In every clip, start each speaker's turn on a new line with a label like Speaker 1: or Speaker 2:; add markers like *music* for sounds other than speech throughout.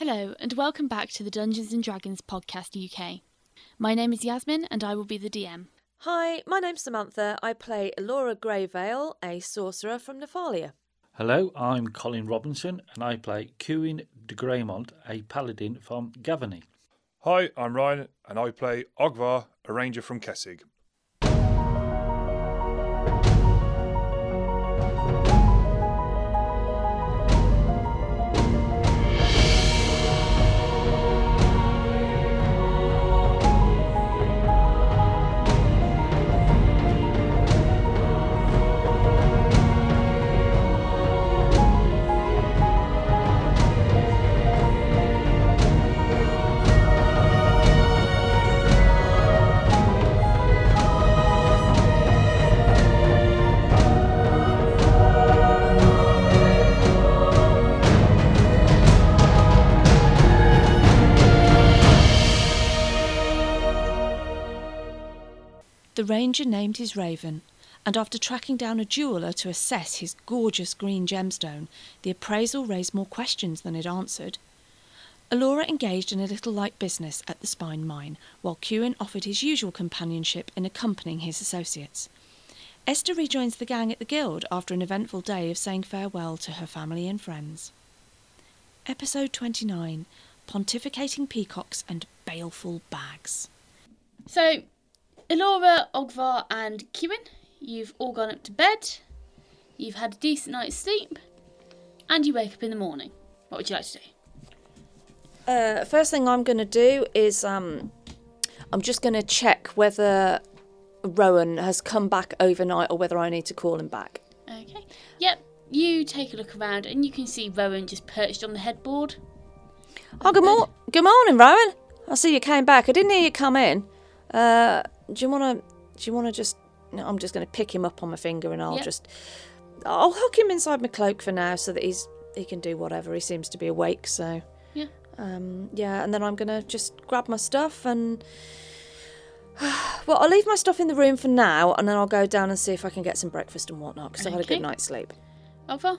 Speaker 1: Hello, and welcome back to the Dungeons and Dragons Podcast UK. My name is Yasmin, and I will be the DM.
Speaker 2: Hi, my name's Samantha. I play Laura Greyvale, a sorcerer from Nephalia.
Speaker 3: Hello, I'm Colin Robinson and I play Cuin de Greymont, a paladin from Gavany.
Speaker 4: Hi, I'm Ryan, and I play Ogvar, a ranger from Kessig.
Speaker 5: The ranger named his raven, and after tracking down a jeweller to assess his gorgeous green gemstone, the appraisal raised more questions than it answered. Alora engaged in a little light business at the Spine Mine, while Kewen offered his usual companionship in accompanying his associates. Esther rejoins the gang at the Guild after an eventful day of saying farewell to her family and friends. Episode 29 Pontificating Peacocks and Baleful Bags.
Speaker 1: So, Elora, Ogvar, and Kieran, you've all gone up to bed, you've had a decent night's sleep, and you wake up in the morning. What would you like to do?
Speaker 2: Uh, first thing I'm going to do is um, I'm just going to check whether Rowan has come back overnight or whether I need to call him back.
Speaker 1: Okay. Yep, you take a look around, and you can see Rowan just perched on the headboard.
Speaker 2: Oh, good, mor- good morning, Rowan. I see you came back. I didn't hear you come in. Uh, do you want to? Do you want to just? No, I'm just going to pick him up on my finger and I'll
Speaker 1: Yep.
Speaker 2: just. I'll hook him inside my cloak for now so that he's he can do whatever. He seems to be awake, so.
Speaker 1: Yeah.
Speaker 2: Um, yeah, and then I'm gonna just grab my stuff and. *sighs* Well, I'll leave my stuff in the room for now, and then I'll go down and see if I can get some breakfast and whatnot because I've had a
Speaker 1: Okay.
Speaker 2: good night's sleep.
Speaker 1: Ogvar?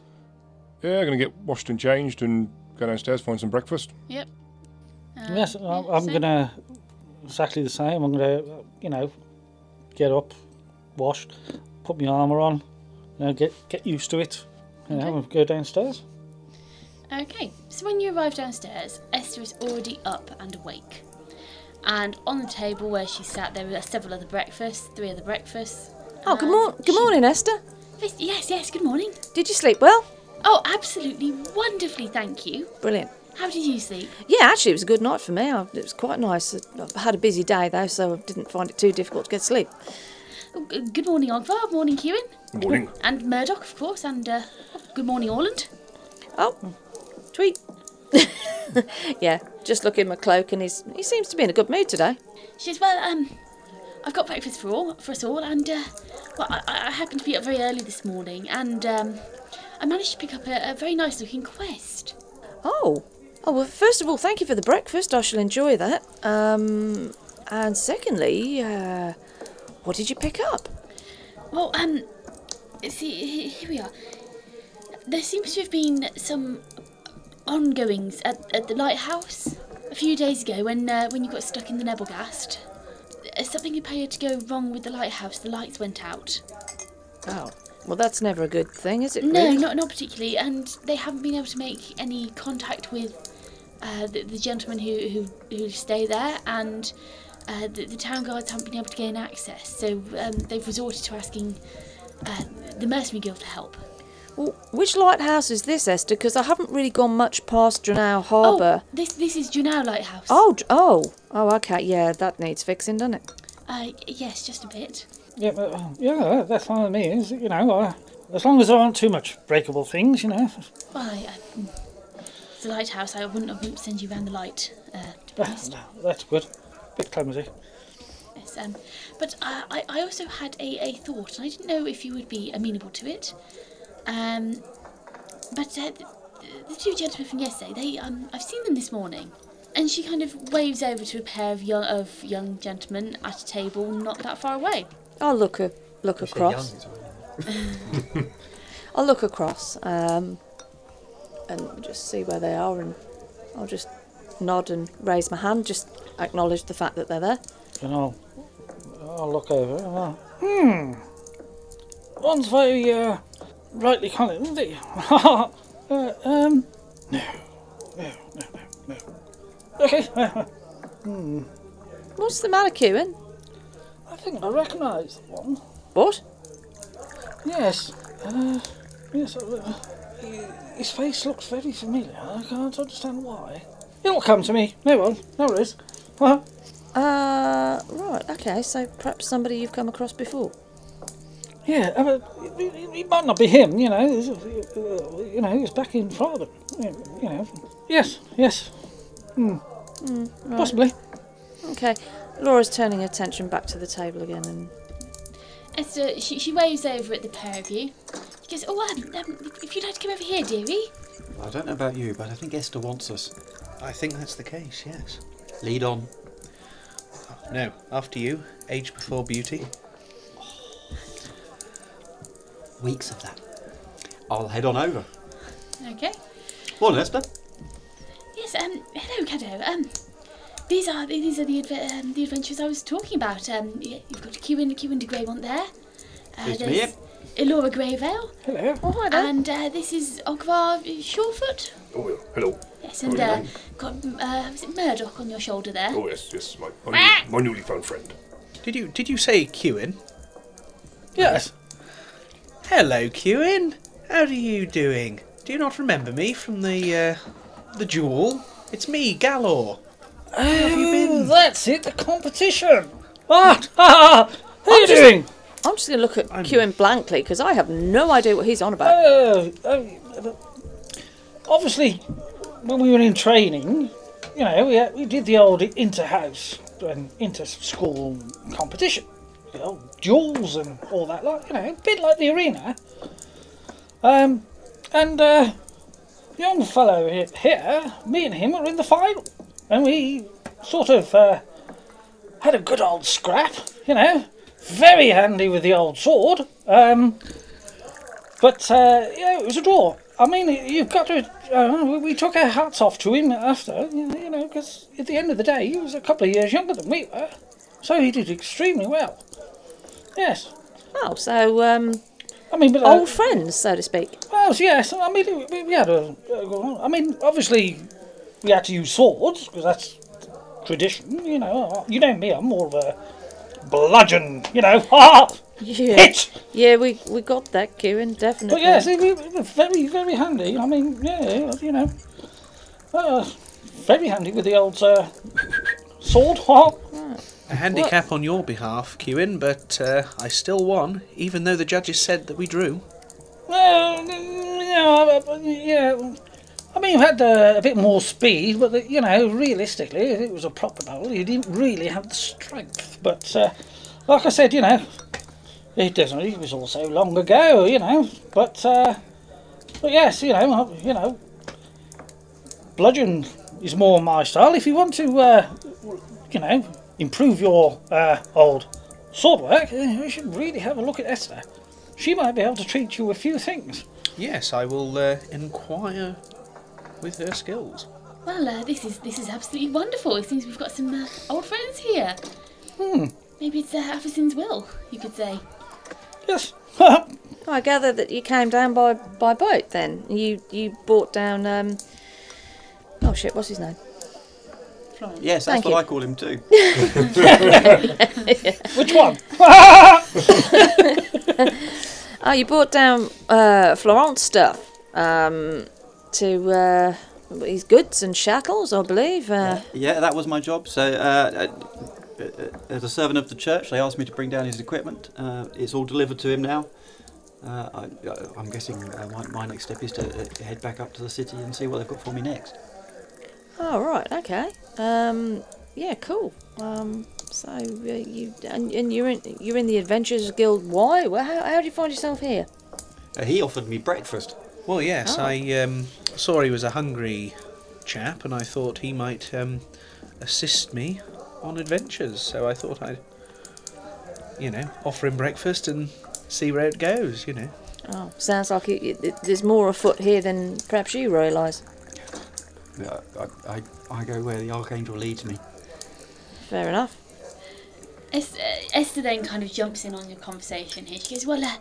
Speaker 4: Yeah, gonna get washed and changed and go downstairs, find some breakfast.
Speaker 1: Yep. Uh,
Speaker 3: yes, I'm,
Speaker 1: yeah,
Speaker 3: I'm
Speaker 1: same.
Speaker 3: going to exactly the same. I'm going to, you know, get up, wash, put my armour on, you know, get get used to it, you know, and go downstairs.
Speaker 1: Okay, so when you arrive downstairs, Esther is already up and awake. And on the table where she sat, there were several other breakfasts, three other breakfasts.
Speaker 2: Oh, good, mor- good morning, Esther.
Speaker 1: Yes, yes, yes, good morning.
Speaker 2: Did you sleep well?
Speaker 1: Oh, absolutely wonderfully, thank you.
Speaker 2: Brilliant.
Speaker 1: How did you sleep?
Speaker 2: Yeah, actually, it was a good night for me. I, it was quite nice. I had a busy day though, so I didn't find it too difficult to get sleep.
Speaker 1: Oh, g- good morning, Ogvar. Morning, Kieran.
Speaker 4: Morning.
Speaker 1: And Murdoch, of course. And uh, good morning, Orland.
Speaker 2: Oh, tweet. *laughs* yeah, just look in my cloak, and he's he seems to be in a good mood today.
Speaker 1: She says, well, um, I've got breakfast for all for us all, and uh, well, I, I I happened to be up very early this morning, and um, I managed to pick up a, a very nice-looking quest.
Speaker 2: Oh. Oh, well, first of all, thank you for the breakfast. I shall enjoy that. Um, and secondly, uh, what did you pick up?
Speaker 1: Well, um, see, he- here we are. There seems to have been some ongoings at, at the lighthouse a few days ago when uh, when you got stuck in the Nebelgast. Uh, Something appeared to go wrong with the lighthouse. The lights went out.
Speaker 2: Oh, well, that's never a good thing, is it?
Speaker 1: No,
Speaker 2: really?
Speaker 1: not not particularly, and they haven't been able to make any contact with uh, the, the gentleman who, who who stay there, and uh, the, the town guards haven't been able to gain access. So um, they've resorted to asking uh, the mercenary guild for help.
Speaker 2: Well, which lighthouse is this, Esther? Because I haven't really gone much past Dranau Harbour.
Speaker 1: Oh, this this is Junau Lighthouse.
Speaker 2: Oh. d- oh, oh, okay. Yeah, that needs fixing, doesn't it?
Speaker 1: Uh, y- yes, just a bit.
Speaker 3: Yeah, but, uh, yeah, that's fine with me. Is, you know, uh, as long as there aren't too much breakable things, you know.
Speaker 1: Well, I, I, mm. it's a lighthouse. I wouldn't, I wouldn't send you round the light. Uh, to be honest.
Speaker 3: That's good. Bit clumsy.
Speaker 1: Yes, um, but I, I- I also had a, a thought, and I didn't know if you would be amenable to it. Um, but uh, the, the two gentlemen from yesterday, they um, I've seen them this morning, and she kind of waves over to a pair of young of young gentlemen at a table not that far away.
Speaker 2: I'll look a look across. *laughs* I'll look across um, and just see where they are, and I'll just nod and raise my hand, just acknowledge the fact that they're there.
Speaker 3: And I'll, I'll look over. And I'll, hmm. One's very uh, rightly coloured, isn't he? *laughs* uh, um. No. No. No. No. No. Okay. *laughs* I
Speaker 2: What's the matter, Kieran?
Speaker 3: think I recognise the one.
Speaker 2: What?
Speaker 3: Yes. Uh, yes. Uh, he- his face looks very familiar. I can't understand why. It'll come to me. No one. No worries. Well,
Speaker 2: Uh, right, okay, so perhaps somebody you've come across before.
Speaker 3: Yeah, I mean, it, it- it might not be him, you know. it's, uh, You know, he was back in Florida. You know. Yes, yes. Hmm. Possibly.
Speaker 2: Okay, Laura's turning her attention back to the table again and.
Speaker 1: Esther, she, she waves over at the pair of you. She goes, Oh, um, um, if you'd like to come over here, dearie.
Speaker 6: I don't know about you, but I think Esther wants us.
Speaker 7: I think that's the case, yes.
Speaker 6: Lead on.
Speaker 7: No, after you, age before beauty.
Speaker 6: Weeks of that. I'll head on over.
Speaker 1: Okay.
Speaker 6: Morning, Esther.
Speaker 1: Yes, um, hello, Caddo. Um, these are these are the adve- um, the adventures I was talking about. Um, y- you've got Kewin Kewin de Greymont there. Uh,
Speaker 6: Pleased to meet
Speaker 1: there's Elora Greyvale,
Speaker 3: Hello.
Speaker 2: Oh, hi there.
Speaker 1: and uh, this is Ogvar Shorefoot.
Speaker 8: Oh, yeah. hello.
Speaker 1: Yes, and uh, got uh, was it Murdoch on your shoulder there?
Speaker 8: Oh, yes, yes, my, my, new, my newly found friend.
Speaker 7: Did you did you say Kewin?
Speaker 3: Yes.
Speaker 7: Hello, Kewin. How are you doing? Do you not remember me from the uh, the duel? It's me, Galor.
Speaker 3: Have you been? That's it. The *laughs* competition. Ah, ah, how are you doing?
Speaker 2: I'm just going to look at Kieran blankly because I have no idea what he's on about.
Speaker 3: Oh, oh, obviously, when we were in training, you know, we, had, we did the old inter-house and inter-school competition, you know, duels and all that, like you know, a bit like the arena. Um, and uh, young fellow he- here, me and him were in the final, and we sort of uh, had a good old scrap, you know. Very handy with the old sword. Um, but uh, yeah, it was a draw. I mean, you've got to. Uh, we- we took our hats off to him after, you know, you know, because at the end of the day, he was a couple of years younger than we were, so he did extremely well. Yes,
Speaker 2: Oh, so, um,
Speaker 3: I mean, but uh,
Speaker 2: old friends, so to speak.
Speaker 3: well, yes, I mean, we- we, we had a, a. I mean, obviously, we had to use swords because that's tradition. You know, you know me, I'm more of a bludgeon. You know, *laughs* ha,
Speaker 2: Yeah.
Speaker 3: hit.
Speaker 2: Yeah, we, we got that, Kieran, definitely.
Speaker 3: But yes, it, it, was very, very handy. I mean, yeah, you know, uh, very handy with the old uh, *laughs* sword. What?
Speaker 7: A handicap on your behalf, Kewin, but uh, I still won, even though the judges said that we drew.
Speaker 3: No, no, no, yeah. I mean, you had uh, a bit more speed, but the, you know, realistically, if it was a proper battle, you didn't really have the strength. But uh, like I said, you know, it doesn't. It was also long ago, you know. But uh, but yes, you know, I- you know, bludgeon is more my style. If you want to, uh, you know, improve your uh, old sword work, you should really have a look at Esther. She might be able to teach you a few things.
Speaker 7: Yes, I will uh, inquire with her skills.
Speaker 1: Well, uh, this is this is absolutely wonderful. It seems we've got some uh, old friends here. Hmm. Maybe it's uh, Avicen's will, you could say.
Speaker 3: Yes. *laughs*
Speaker 2: I gather that you came down by, by boat then. You you brought down, um, oh shit, what's his name?
Speaker 1: Florence.
Speaker 6: Yes, that's
Speaker 2: Thank
Speaker 6: what
Speaker 2: you.
Speaker 6: I call
Speaker 2: *laughs*
Speaker 6: him too.
Speaker 3: Which one?
Speaker 2: Oh, you brought down uh, Florence stuff um, to uh, his goods and shackles, I believe. Uh,
Speaker 6: yeah, that was my job. So, uh, uh, uh, as a servant of the church, they asked me to bring down his equipment. Uh, it's all delivered to him now. Uh, I, I- I'm guessing uh, my, my next step is to uh, head back up to the city and see what they've got for me next.
Speaker 2: Oh right, okay. Um, yeah, cool. Um, so uh, you and, and you're in you're in the Adventurers Guild. Why? Well, how how do you find yourself here?
Speaker 6: Uh, he offered me breakfast.
Speaker 7: Well, yes,
Speaker 2: Oh.
Speaker 7: I um, saw he was a hungry chap, and I thought he might um, assist me on adventures. So I thought I'd, you know, offer him breakfast and see where it goes. You know,
Speaker 2: Oh, sounds like it, it, it- there's more afoot here than perhaps you realise.
Speaker 6: Uh, I, I, I go where the archangel leads me.
Speaker 2: Fair enough.
Speaker 1: Es- uh, Esther then kind of jumps in on your conversation here. She goes, "Well, uh,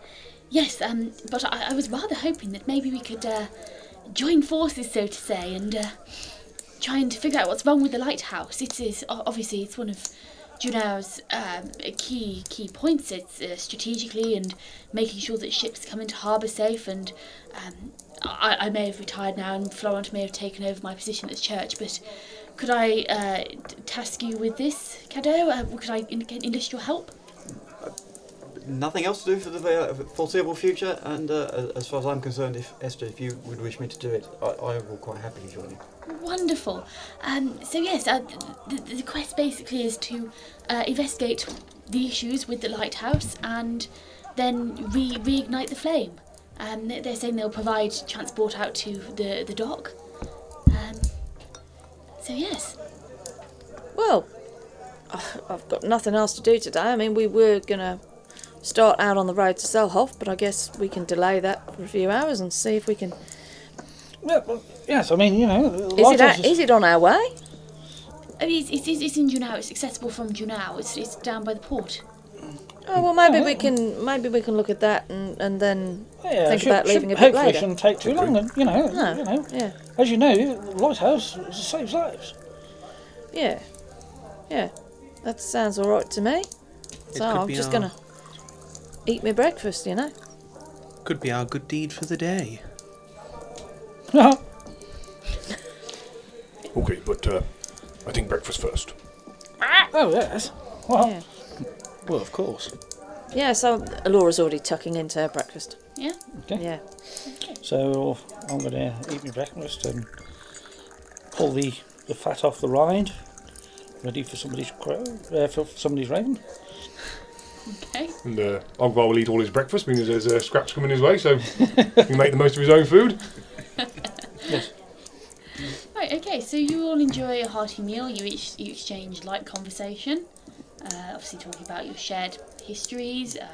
Speaker 1: yes, um, but I-, I was rather hoping that maybe we could uh, join forces, so to say, and uh, trying to figure out what's wrong with the lighthouse. It is o- obviously it's one of Juno's um, key key points. It's uh, strategically and making sure that ships come into harbour safe. And um, I-, I may have retired now, and Florent may have taken over my position at the church, but." Could I uh, t- task you with this, Cadeau? Uh, could I in- get industrial help?
Speaker 6: Nothing else to do for the ve- foreseeable future, and uh, a- as far as I'm concerned, if Esther, if you would wish me to do it, I, I will quite happily join you.
Speaker 1: Wonderful. Um, so yes, uh, the, the quest basically is to uh, investigate the issues with the lighthouse and then re- reignite the flame. Um, they- they're saying they'll provide transport out to the the dock. Um, so yes,
Speaker 2: Well, I- I've got nothing else to do today. I mean, we were gonna start out on the road to Selhof, but I guess we can delay that for a few hours and see if we can.
Speaker 3: Yeah, well, yes, I mean, you know, the
Speaker 2: Is it,
Speaker 3: lighthouse
Speaker 2: a- is it on our way?
Speaker 1: I mean, it's, it's, it's in Junau. It's accessible from Junau. It's it's down by the port.
Speaker 2: Oh well, maybe we can maybe we can look at that and, and then
Speaker 3: yeah,
Speaker 2: think
Speaker 3: should-
Speaker 2: about leaving a
Speaker 3: should-
Speaker 2: bit
Speaker 3: hopefully
Speaker 2: later.
Speaker 3: shouldn't take too long, and you know,
Speaker 2: No,
Speaker 3: you know,
Speaker 2: yeah,
Speaker 3: as you know, the lighthouse saves lives. *laughs*
Speaker 2: yeah, yeah. That sounds all right to me. So
Speaker 7: could
Speaker 2: I'm
Speaker 7: be
Speaker 2: just
Speaker 7: our-
Speaker 2: gonna eat my breakfast, you know.
Speaker 7: Could be our good deed for the day.
Speaker 3: Oh,
Speaker 8: Okay, but uh, I think breakfast first.
Speaker 3: Oh yes, well,
Speaker 2: Yeah.
Speaker 7: Well, of course.
Speaker 2: Yeah. So Laura's already tucking into her breakfast.
Speaker 1: Yeah.
Speaker 3: Okay.
Speaker 2: Yeah.
Speaker 3: so I'm gonna eat my breakfast and pull the, the fat off the rind, ready for somebody's crow, uh, for somebody's raven.
Speaker 1: Okay.
Speaker 8: And uh, Ogvar will eat all his breakfast because there's uh, scraps coming his way, *laughs* so he make the most of his own food.
Speaker 1: Right, okay, so you all enjoy a hearty meal. You each you exchange light conversation, uh, obviously talking about your shared histories, uh,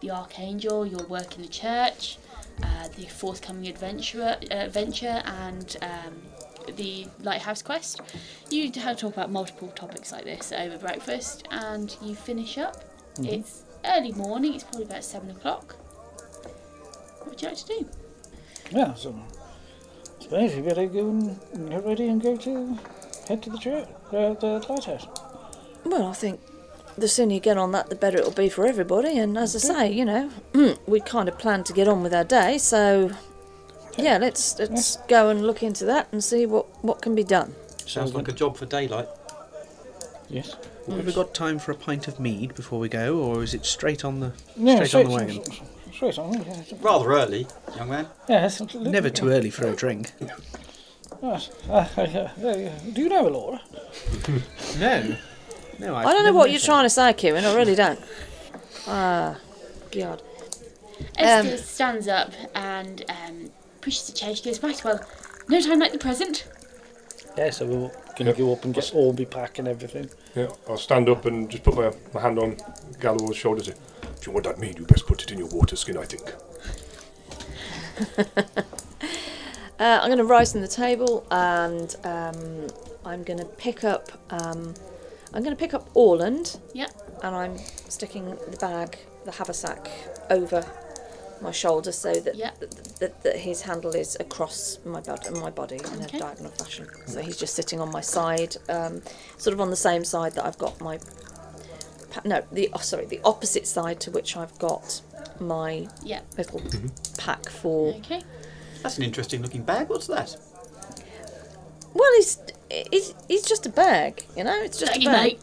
Speaker 1: the archangel, your work in the church, uh, the forthcoming adventurer, uh, adventure, and um, the lighthouse quest. You d- have talk about multiple topics like this over breakfast, and you finish up. It's early morning. It's probably about seven o'clock. What would you like to do?
Speaker 3: Yeah, so suppose we better go and get ready and go to head to the church, uh, the lighthouse.
Speaker 2: Well, I think the sooner you get on that, the better it'll be for everybody. And as I say, you know, mm, we kind of planned to get on with our day, so yeah, let's let's go and look into that and see what what can be done.
Speaker 6: Sounds like a job for daylight.
Speaker 3: Yes.
Speaker 7: Have we got time for a pint of mead before we go, or is it straight on the
Speaker 3: No,
Speaker 7: straight on the wagon?
Speaker 3: Straight on. Yes.
Speaker 6: Rather early, young man.
Speaker 3: yes
Speaker 7: Never too early for a drink.
Speaker 3: Yes. Uh, *laughs* uh, uh, do you know her, Laura?
Speaker 7: No, no. I've
Speaker 2: I don't know
Speaker 7: never
Speaker 2: what
Speaker 7: met
Speaker 2: you're
Speaker 7: her.
Speaker 2: trying to say, Kieran. I really don't. Ah, God. Um,
Speaker 1: Esther stands up and um, pushes the chair. She goes, Right, well, no time like the present.
Speaker 3: Yeah, so we're going to go up and get all my pack and everything.
Speaker 8: Yeah, I'll stand up and just put my, my hand on Galloway's shoulder. and say, If you want that mead, you best put it in your water skin, I think.
Speaker 2: Uh, I'm going to rise from the table and um, I'm going to pick up. Um, I'm going to pick up Orland
Speaker 1: Yep.
Speaker 2: and I'm sticking the bag, the haversack, over my shoulder so that
Speaker 1: Yeah.
Speaker 2: th- that, that his handle is across my bod- my body in
Speaker 1: Okay.
Speaker 2: a diagonal fashion. So he's just sitting on my side, um, sort of on the same side that I've got my pa- no the oh, sorry the opposite side to which I've got my
Speaker 1: Yep.
Speaker 2: little pack for.
Speaker 1: Okay.
Speaker 6: That's an interesting looking bag. What's that?
Speaker 2: Well, he's he's he's just a bag, you know. It's just
Speaker 1: Thank
Speaker 2: a
Speaker 1: you,
Speaker 2: bag.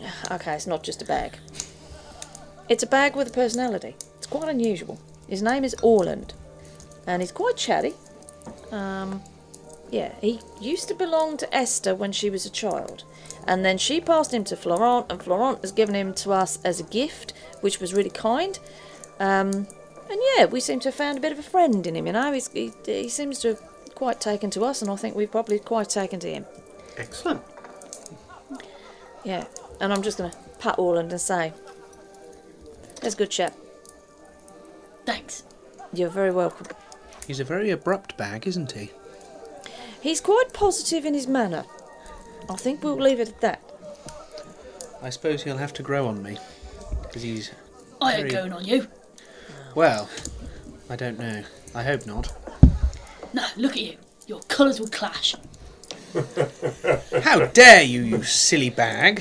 Speaker 1: mate.
Speaker 2: Okay, it's not just a bag. It's a bag with a personality. It's quite unusual. His name is Orland, and he's quite chatty. Um, yeah, he used to belong to Esther when she was a child, and then she passed him to Florent, and Florent has given him to us as a gift, which was really kind. Um, and yeah, we seem to have found a bit of a friend in him. You know, he's, he he seems to have quite taken to us, and I think we've probably quite taken to him.
Speaker 6: Excellent.
Speaker 2: Yeah, and I'm just going to pat Orland and say, "That's a good chap.
Speaker 1: Thanks.
Speaker 2: You're very welcome."
Speaker 7: He's a very abrupt bag, isn't he?
Speaker 2: He's quite positive in his manner. I think we'll leave it at that.
Speaker 7: I suppose he'll have to grow on me. Because he's.
Speaker 1: I ain't
Speaker 7: Very-
Speaker 1: going on you.
Speaker 7: Well, I don't know. I hope not.
Speaker 1: No, look at you. Your colours will clash.
Speaker 7: How dare you, you silly bag!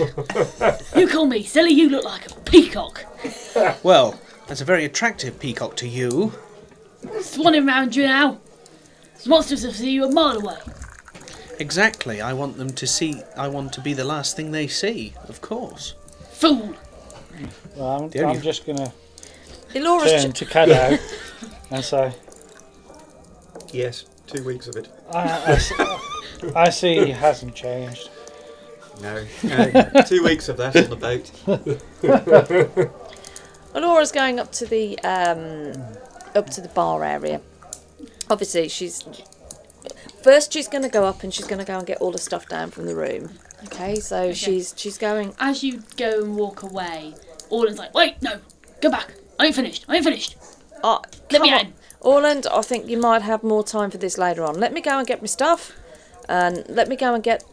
Speaker 1: You call me silly, you look like a peacock.
Speaker 7: Well, that's a very attractive peacock to you.
Speaker 1: Swanning round you now. Monsters will see you a mile away.
Speaker 7: Exactly. I want them to see. I want to be the last thing they see, of course.
Speaker 1: Fool.
Speaker 3: Well, I'm,
Speaker 7: The only-
Speaker 3: I'm just going to
Speaker 2: Elora's
Speaker 3: turn to Caddo
Speaker 7: *laughs*
Speaker 3: and say,
Speaker 6: Yes, two weeks of it.
Speaker 3: I, I s- I see he hasn't changed.
Speaker 6: No, no. *laughs* two weeks of that on the boat.
Speaker 2: Alora's going up to the um, up to the bar area. Obviously, she's first. She's going to go up and she's going to go and get all the stuff down from the room. Okay, so she's she's going.
Speaker 1: As you go and walk away, Orland's like, wait, no, go back. I ain't finished. I ain't finished.
Speaker 2: Oh,
Speaker 1: Let me
Speaker 2: come on.
Speaker 1: in.
Speaker 2: Orland, I think you might have more time for this later on. Let me go and get my stuff, and let me go and get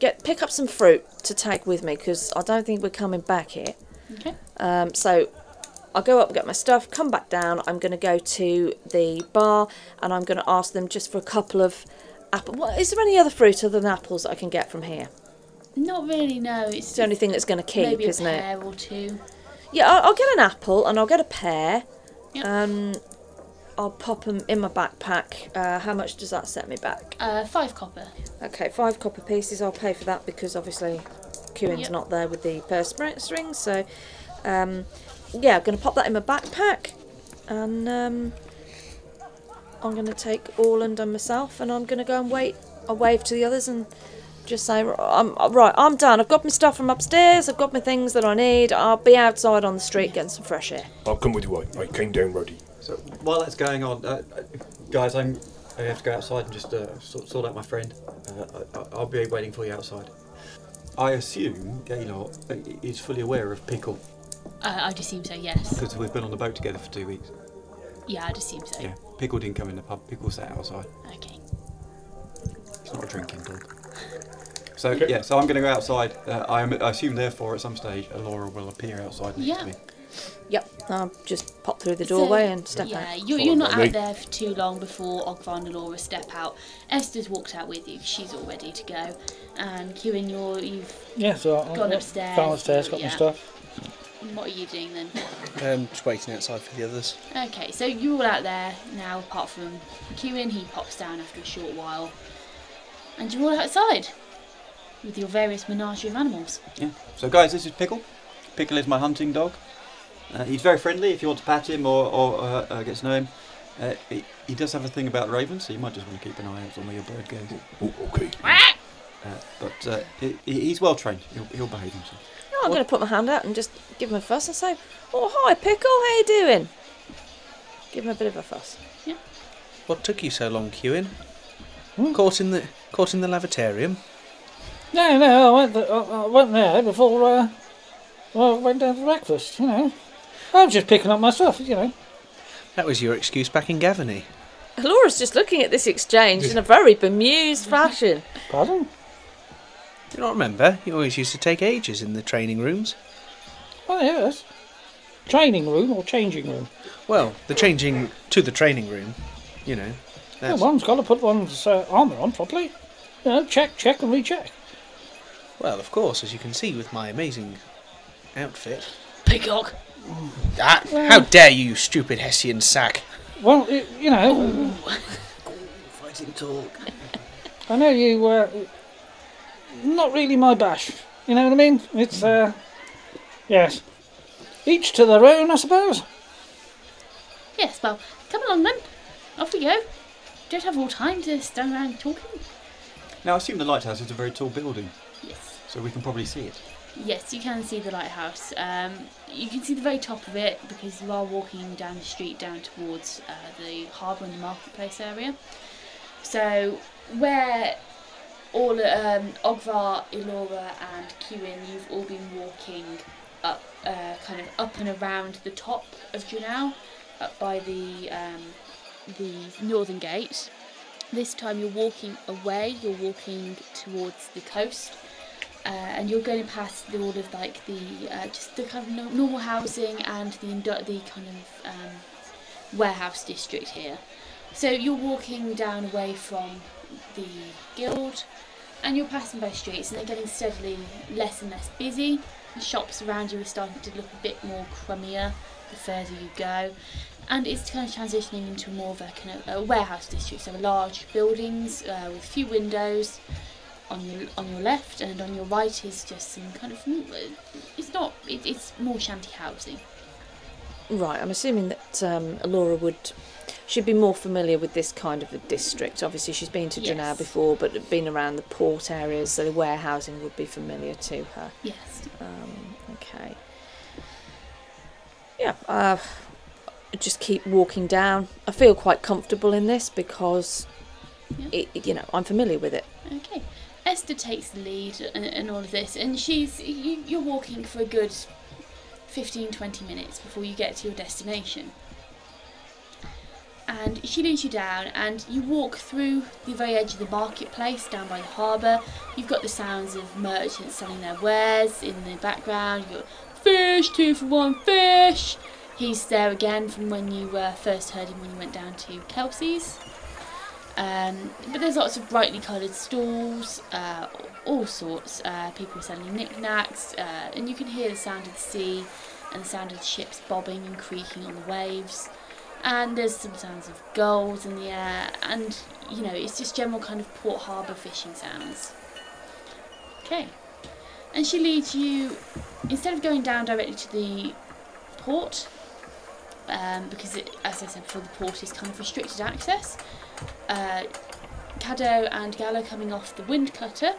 Speaker 2: get pick up some fruit to take with me because I don't think we're coming back here.
Speaker 1: Okay.
Speaker 2: Um, so I'll go up and get my stuff, come back down. I'm going to go to the bar and I'm going to ask them just for a couple of apple. What, is there any other fruit other than apples I can get from here?
Speaker 1: Not really, no. It's
Speaker 2: It's the only thing that's going to keep,
Speaker 1: maybe a
Speaker 2: isn't it?
Speaker 1: pair or two.
Speaker 2: Yeah, I'll, I'll get an apple and I'll get a pear.
Speaker 1: Yeah.
Speaker 2: Um, I'll pop them in my backpack. Uh, how much does that set me back?
Speaker 1: Uh, five copper.
Speaker 2: Okay, five copper pieces. I'll pay for that because obviously Kieran's
Speaker 1: Yep.
Speaker 2: not there with the purse str- string. So, um, yeah, I'm going to pop that in my backpack and um, I'm going to take Orland and myself and I'm going to go and wait. I'll wave to the others and just say, "Ri- I'm, right, I'm done. I've got my stuff from upstairs. I've got my things that I need. I'll be outside on the street getting some fresh air.
Speaker 8: I'll come with you. I, I came down, Roddy.
Speaker 6: So while that's going on, uh, uh, guys, I'm. I have to go outside and just uh, sort, sort out my friend. Uh, I- I, I'll be waiting for you outside. I assume Gaylor uh, is fully aware of Pickle
Speaker 1: Uh, I'd assume so, yes.
Speaker 6: because we've been on the boat together for two weeks.
Speaker 1: Yeah, I'd assume so.
Speaker 6: Yeah, Pickle didn't come in the pub. Pickle sat outside.
Speaker 1: Okay.
Speaker 6: It's not a drinking dog. So yeah, so I'm going to go outside. Uh, I, am, I assume therefore at some stage Alora will appear outside next
Speaker 1: Yeah.
Speaker 6: to me.
Speaker 2: Yep, I'll just pop through the doorway and step
Speaker 1: yeah,
Speaker 2: out.
Speaker 1: you're, you're not
Speaker 8: Follow me.
Speaker 1: out there for too long before Ogvar and Laura step out. Esther's walked out with you. She's all ready to go. And Kieran, you're, you've...
Speaker 3: Yeah, so I've
Speaker 1: Gone upstairs.
Speaker 3: Gone upstairs, got
Speaker 1: Yeah.
Speaker 3: my stuff.
Speaker 1: What are you doing then?
Speaker 7: Um, just waiting outside for the others.
Speaker 1: Okay, so you're all out there now, apart from Kieran. He pops down after a short while. And you're all outside with your various menagerie of animals.
Speaker 6: Yeah. So, guys, this is Pickle. Pickle is my hunting dog. Uh, he's very friendly if you want to pat him or, or uh, uh, get to know him. Uh, he, he does have a thing about ravens, so you might just want to keep an eye out on where your bird goes.
Speaker 8: Oh, okay.
Speaker 6: Uh, but uh, he, he- he's well trained. He'll, he'll behave himself.
Speaker 2: No, I'm going to put my hand out and just give him a fuss and say, "Oh, hi, pickle. How you doing?" Give him a bit of a fuss.
Speaker 7: What took you so long, Queuing? Caught in the caught in the lavatory.
Speaker 3: No, no, I went, th- I I went there before uh, well, I went down for breakfast, you know. I was just picking up my stuff, you know.
Speaker 7: That was your excuse back in Gavaney.
Speaker 2: Laura's just looking at this exchange in a very bemused fashion.
Speaker 3: Pardon?
Speaker 7: Do you not remember? You always used to take ages in the training rooms.
Speaker 3: Oh, yes. Training room or changing room?
Speaker 7: Well, the changing to the training room, you know.
Speaker 3: Yeah,
Speaker 7: That's,
Speaker 3: one's got to put one's uh, armour on properly. You know, check, check, and recheck.
Speaker 7: well, of course, as you can see with my amazing outfit.
Speaker 1: Peacock!
Speaker 7: Ah, how dare you, you stupid Hessian sack!
Speaker 3: Well, y you know,
Speaker 6: Fighting talk.
Speaker 3: I know you were not really my bash. You know what I mean? It's uh, yes, each to their own, I suppose.
Speaker 1: Yes, well, come along then. Off we go. Don't have all time to stand around talking.
Speaker 6: Now, I assume the lighthouse is a very tall building,
Speaker 1: Yes.
Speaker 6: so we can probably see it.
Speaker 1: Yes, you can see the lighthouse. Um, you can see the very top of it because you are walking down the street down towards uh, the harbour and the marketplace area. So, where all um, Ogvar, Ilora, and Kieran, you've all been walking up, uh, kind of up and around the top of Junau, up by the um, the northern gate. This time you're walking away, you're walking towards the coast, uh, and you're going past the, all of like the uh, just the kind of no- normal housing and the indu- the kind of um, warehouse district here. So you're walking down away from the guild, and you're passing by streets, and they're getting steadily less and less busy. The shops around you are starting to look a bit more crummier the further you go, and it's kind of transitioning into more of a kind of a warehouse district. So large buildings uh, with few windows on your on your left, and on your right is just some kind of it's not it, it's more shanty housing.
Speaker 2: Right, I'm assuming that um, Laura would. She'd be more familiar with this kind of a district. Obviously, she's been to Janau
Speaker 1: Yes.
Speaker 2: before, but had been around the port areas, so the warehousing would be familiar to her.
Speaker 1: Yes.
Speaker 2: Um, okay. Yeah, uh, just keep walking down. I feel quite comfortable in this because,
Speaker 1: Yeah.
Speaker 2: it, you know, I'm familiar with it.
Speaker 1: Okay. Esther takes the lead in, in all of this, and she's you, you're walking for a good 15 20 minutes before you get to your destination. And she leads you down, and you walk through the very edge of the marketplace down by the harbour. You've got the sounds of merchants selling their wares in the background. You're fish, two for one fish. He's there again from when you uh, first heard him when you went down to Kelsey's. Um, but there's lots of brightly coloured stalls, uh, all sorts. Uh, people selling knickknacks, uh, and you can hear the sound of the sea and the sound of the ships bobbing and creaking on the waves. And there's some sounds of gulls in the air, and you know it's just general kind of port harbour fishing sounds. Okay, and she leads you instead of going down directly to the port, um, because it, as I said before, the port is kind of restricted access uh, Caddo and Gallo coming off the wind cutter,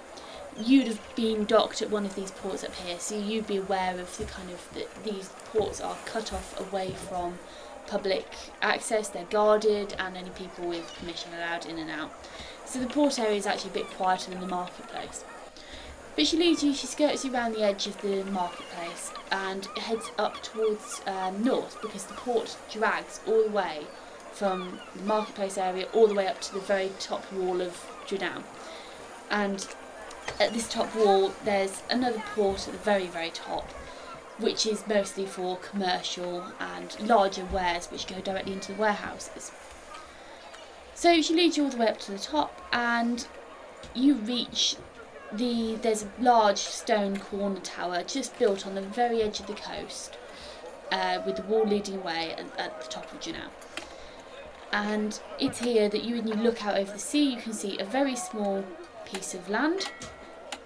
Speaker 1: you'd have been docked at one of these ports up here, so you'd be aware of the kind of the, these ports are cut off away from public access. They're guarded, and only people with permission allowed in and out. So the port area is actually a bit quieter than the marketplace. But she leads you, she skirts you around the edge of the marketplace and heads up towards um, north because the port drags all the way from the marketplace area all the way up to the very top wall of Judown. And at this top wall, there's another port at the very, very top, which is mostly for commercial and larger wares which go directly into the warehouses. So she leads you all the way up to the top, and you reach the there's a large stone corner tower just built on the very edge of the coast, uh, with the wall leading away at, at the top of Junow and it's here that you when you look out over the sea you can see a very small piece of land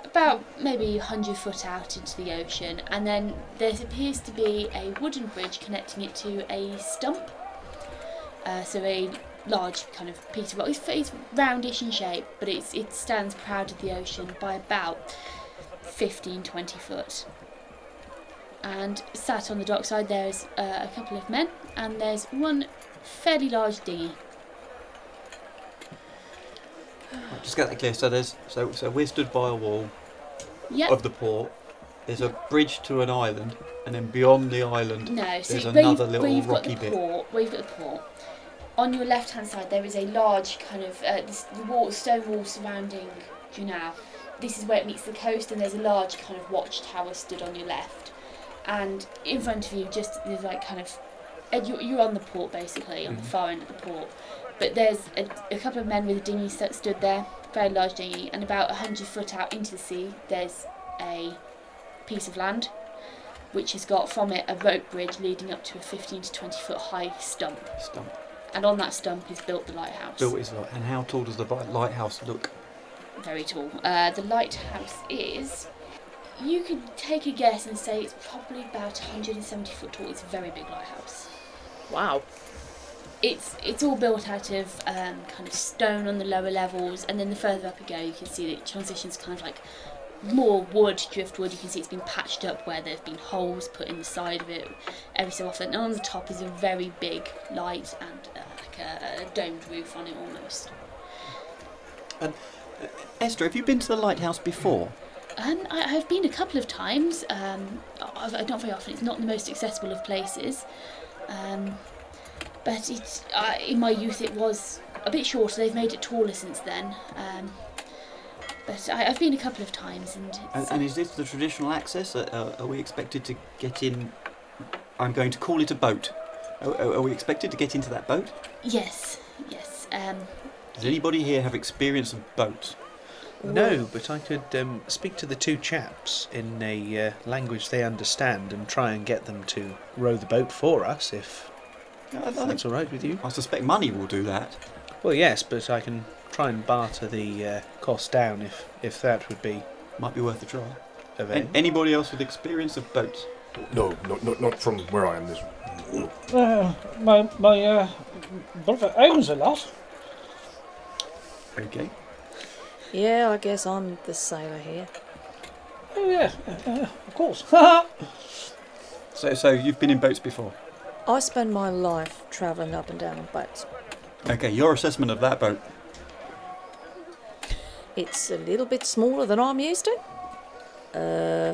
Speaker 1: about maybe 100 foot out into the ocean and then there appears to be a wooden bridge connecting it to a stump uh, so a large kind of piece of rock it's, it's roundish in shape but it's, it stands proud of the ocean by about 15 20 foot and sat on the dockside there's uh, a couple of men and there's one fairly large dinghy.
Speaker 6: Right, just get that clear. So there's so so we're stood by a wall
Speaker 1: Yep.
Speaker 6: of the port. There's a bridge to an island, and then beyond the island,
Speaker 1: no, so
Speaker 6: there's
Speaker 1: where you've,
Speaker 6: another
Speaker 1: where
Speaker 6: little
Speaker 1: you've
Speaker 6: rocky
Speaker 1: got the
Speaker 6: bit.
Speaker 1: port, where you've got the port, on your left hand side there is a large kind of uh, this the wall, stone wall surrounding Junau. This is where it meets the coast, and there's a large kind of watchtower stood on your left, and in front of you just there's like kind of and you're, you're on the port basically
Speaker 6: Mm-hmm.
Speaker 1: on the far end of the port, but there's a, a couple of men with a dinghy st- stood there, very large dinghy, and about hundred foot out into the sea there's a piece of land which has got from it a rope bridge leading up to a 15 to 20 foot high stump.
Speaker 6: stump.
Speaker 1: And on that stump is built the lighthouse.
Speaker 6: Built is like, and how tall does the bi- lighthouse look?
Speaker 1: Very tall. Uh, the lighthouse is. You could take a guess and say it's probably about 170 foot tall. It's a very big lighthouse.
Speaker 2: Wow.
Speaker 1: It's it's all built out of um, kind of stone on the lower levels, and then the further up you go, you can see that it transitions kind of like more wood, driftwood. You can see it's been patched up where there've been holes put in the side of it every so often. And on the top is a very big light and uh, like a, a domed roof on it almost.
Speaker 6: Esther, have you been to the lighthouse before?
Speaker 1: Um, I, I've been a couple of times. Um, I, I- not very often. It's not the most accessible of places. Um, but it's uh, in my youth, it was a bit shorter. They've made it taller since then. Um, but I, I've been a couple of times, and,
Speaker 6: And,
Speaker 1: it's,
Speaker 6: and is this the traditional access? Uh, uh, are we expected to get in? I'm going to call it a boat. Are, are- are we expected to get into that boat?
Speaker 1: yes, yes. Um,
Speaker 6: Does anybody here have experience of boats?
Speaker 7: No, but I could um, speak to the two chaps in a uh, language they understand and try and get them to row the boat for us if
Speaker 6: No, I, I think-
Speaker 7: that's all right with you.
Speaker 6: I suspect money will do that.
Speaker 7: Well, yes, but I can try and barter the uh, cost down if if that would be
Speaker 6: Might be worth a try.
Speaker 7: of
Speaker 6: An-
Speaker 7: any.
Speaker 6: anybody else with experience of boats?
Speaker 8: No, not, not, not from where I am. There's
Speaker 3: Uh, my my uh, brother owns a lot.
Speaker 6: Okay.
Speaker 2: Yeah, I guess I'm the sailor here.
Speaker 3: Oh yeah, uh, of course. *laughs*
Speaker 6: So, so you've been in boats before.
Speaker 2: I spend my life travelling up and down on boats.
Speaker 6: Okay, your assessment of that boat.
Speaker 2: It's a little bit smaller than I'm used to. Uh,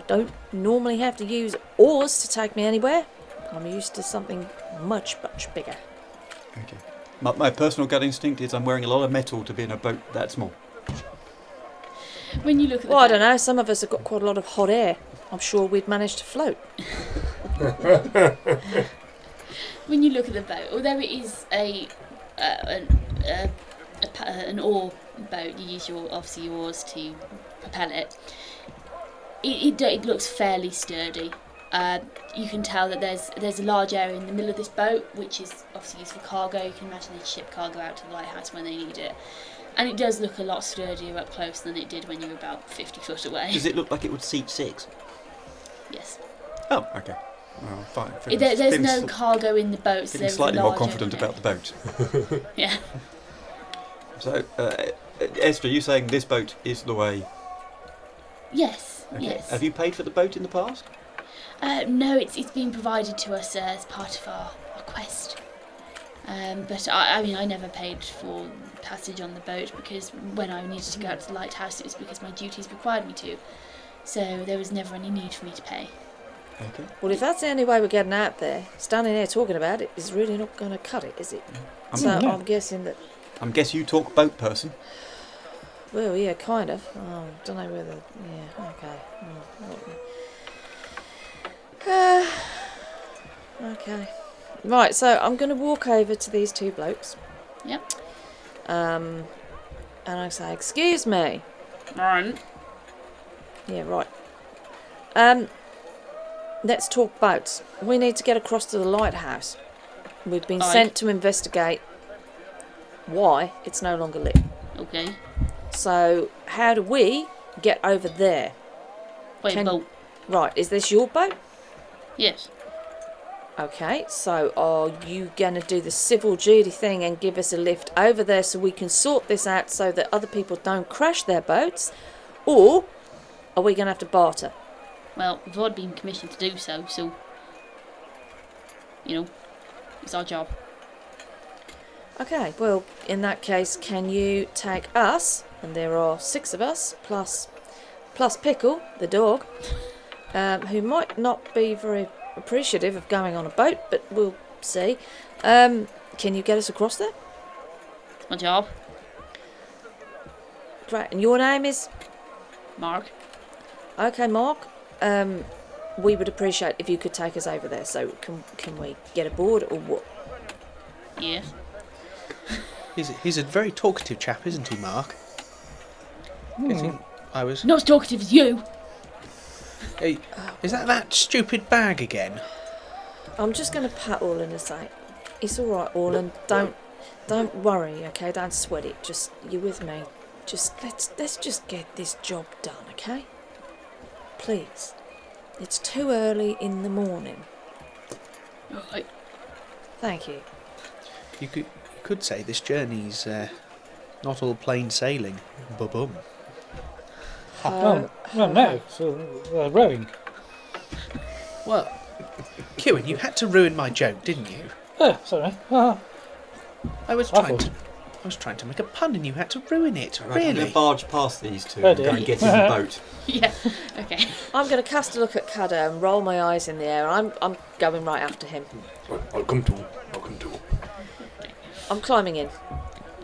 Speaker 2: I don't normally have to use oars to take me anywhere. I'm used to something much, much bigger.
Speaker 6: Okay. My, my personal gut instinct is I'm wearing a lot of metal to be in a boat that small.
Speaker 1: when you look at the
Speaker 2: Well, I
Speaker 1: boat-
Speaker 2: don't know. Some of us have got quite a lot of hot air. I'm sure we'd manage to float.
Speaker 1: when you look at the boat, although it is a uh, an, uh, a, pa- uh, an oar boat, you use your obviously your oars to propel it. It, it, do- it looks fairly sturdy. Uh, you can tell that there's there's a large area in the middle of this boat, which is obviously used for cargo. You can imagine they ship cargo out to the lighthouse when they need it, and it does look a lot sturdier up close than it did when you were about fifty foot away.
Speaker 6: Does it look like it would seat six?
Speaker 1: yes,
Speaker 6: Oh, okay. Well, fine.
Speaker 1: It-
Speaker 6: Feeling-
Speaker 1: there, there's
Speaker 6: feeling
Speaker 1: no
Speaker 6: sl-
Speaker 1: cargo in the boat. So
Speaker 6: Getting
Speaker 1: there was a
Speaker 6: slightly more
Speaker 1: large
Speaker 6: confident
Speaker 1: area.
Speaker 6: about the boat.
Speaker 1: *laughs*
Speaker 6: *laughs*
Speaker 1: Yeah.
Speaker 6: So, uh, Esther, you saying this boat is the way?
Speaker 1: Yes.
Speaker 6: Okay.
Speaker 1: Yes.
Speaker 6: Have you paid for the boat in the past?
Speaker 1: Uh, no, it's, it's been provided to us uh, as part of our, our quest. Um, but I, I mean, I never paid for passage on the boat because when I needed to go out to the lighthouse, it was because my duties required me to. So there was never any need for me to pay.
Speaker 6: Okay.
Speaker 2: Well, if that's the only way we're getting out there, standing there talking about it is really not going to cut it, is it?
Speaker 6: I'm-
Speaker 2: so
Speaker 3: No.
Speaker 2: I'm guessing that.
Speaker 6: I'm guess you talk boat person.
Speaker 2: Well, yeah, kind of. Oh, don't know whether. Yeah, okay. Mm, okay. Uh, *sighs* okay. Right, so I'm going to walk over to these two blokes.
Speaker 1: Yep.
Speaker 2: Um, and I say, "Excuse me."
Speaker 1: Right.
Speaker 2: Yeah, right. Um, let's talk boats. We need to get across to the lighthouse. We've been
Speaker 1: Aye.
Speaker 2: sent to investigate why it's no longer lit.
Speaker 1: Okay.
Speaker 2: So, how do we get over there?
Speaker 1: Wait,
Speaker 2: Can-
Speaker 1: boat.
Speaker 2: Right, is this your boat?
Speaker 1: Yes.
Speaker 2: Okay, so are you gonna do the civil duty thing and give us a lift over there so we can sort this out so that other people don't crash their boats? Or are we gonna have to barter?
Speaker 1: Well, we've already been commissioned to do so, so. You know, it's our job.
Speaker 2: Okay, well, in that case, can you take us, and there are six of us, plus, plus Pickle, the dog, um, who might not be very appreciative of going on a boat, but we'll see. Um, can you get us across there?
Speaker 1: It's my job.
Speaker 2: Great, and your name is?
Speaker 1: Mark.
Speaker 2: Okay, Mark. Um, we would appreciate if you could take us over there, so can, can we get aboard or what?
Speaker 1: Yes.
Speaker 7: He's, he's a very talkative chap, isn't he, Mark? Getting- I was.
Speaker 1: Not as talkative as you!
Speaker 7: Hey, is that that stupid bag again?
Speaker 2: I'm just going to pat Orlin aside. It's all right, Orlin. Don't don't worry, okay? Don't sweat it. Just you with me. Just let's let's just get this job done, okay? Please. It's too early in the morning.
Speaker 1: Right.
Speaker 2: Thank you.
Speaker 7: You could you could say this journey's uh, not all plain sailing. Ba bum.
Speaker 3: well,
Speaker 1: *laughs*
Speaker 3: well, no, so they're rowing.
Speaker 7: Well, Kieran, you had to ruin my joke, didn't you?
Speaker 3: Oh, sorry. Uh,
Speaker 7: I was
Speaker 3: I
Speaker 7: trying
Speaker 3: thought-
Speaker 7: to. I was trying to make a pun, and you had to ruin it.
Speaker 6: Right, I'm going
Speaker 7: really?
Speaker 6: to barge past these two
Speaker 3: Oh,
Speaker 6: and
Speaker 3: dear.
Speaker 6: go and get
Speaker 3: *laughs*
Speaker 6: in the boat.
Speaker 1: Yeah. Okay.
Speaker 2: I'm going to cast a look at Caddo and roll my eyes in the air. I'm I'm going right after him.
Speaker 8: I'll, I'll come to. I'll come to.
Speaker 2: I'm climbing in.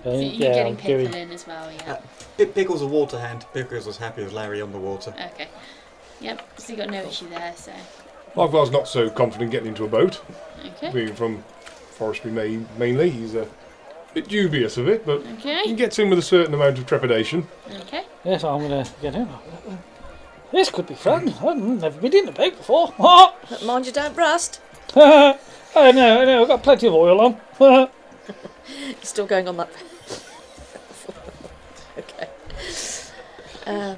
Speaker 1: So
Speaker 9: think,
Speaker 1: you're getting
Speaker 9: I'm doing-
Speaker 1: pickle in as well, yeah.
Speaker 6: P- Pickles a water hand. Pickles was happy with Larry on the water.
Speaker 1: Okay. Yep, so you got no issue there, so.
Speaker 8: Ogvar's not so confident getting into a boat, *laughs*
Speaker 1: Okay.
Speaker 8: being from Forestry Main, mainly. He's a bit dubious of it, but he
Speaker 1: Okay.
Speaker 8: gets in with a certain amount of trepidation.
Speaker 9: Mm.
Speaker 1: Okay.
Speaker 3: Yes, I'm going to get in. This could be fun. I've never been in a boat before. *laughs* What?
Speaker 2: But mind you, don't rust.
Speaker 3: oh no, I know. I've got plenty of oil on. *laughs* All
Speaker 2: It's still going on that. *laughs* okay. Uh,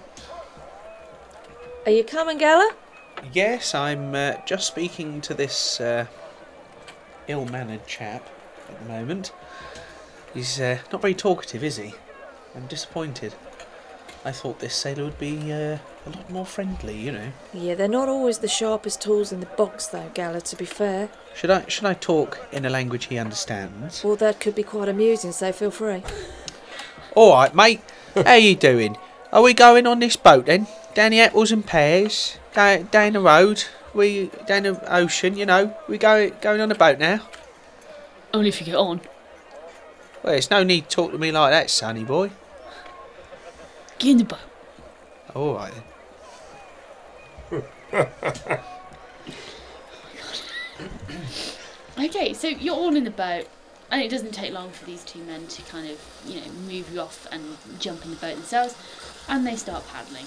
Speaker 2: are you coming, Gala?
Speaker 7: Yes, I'm uh, just speaking to this uh, ill mannered chap at the moment. He's uh, not very talkative, is he? I'm disappointed. I thought this sailor would be uh, a lot more friendly, you know.
Speaker 2: Yeah, they're not always the sharpest tools in the box, though, Gala. To be fair,
Speaker 7: Should I should I talk in a language he understands?
Speaker 2: well, that could be quite amusing. So feel free.
Speaker 7: All right, mate. How you doing? Are we going on this boat then? Down the apples and pears, down, down the road, we down the ocean. You know, we go going on a boat now.
Speaker 9: Only if you get on.
Speaker 7: Well, there's no need to talk to me like that, sonny boy.
Speaker 9: Get in the boat.
Speaker 7: All right. then.
Speaker 1: Okay, so you're all in the boat, and it doesn't take long for these two men to kind of, you know, move you off and jump in the boat themselves, and they start paddling.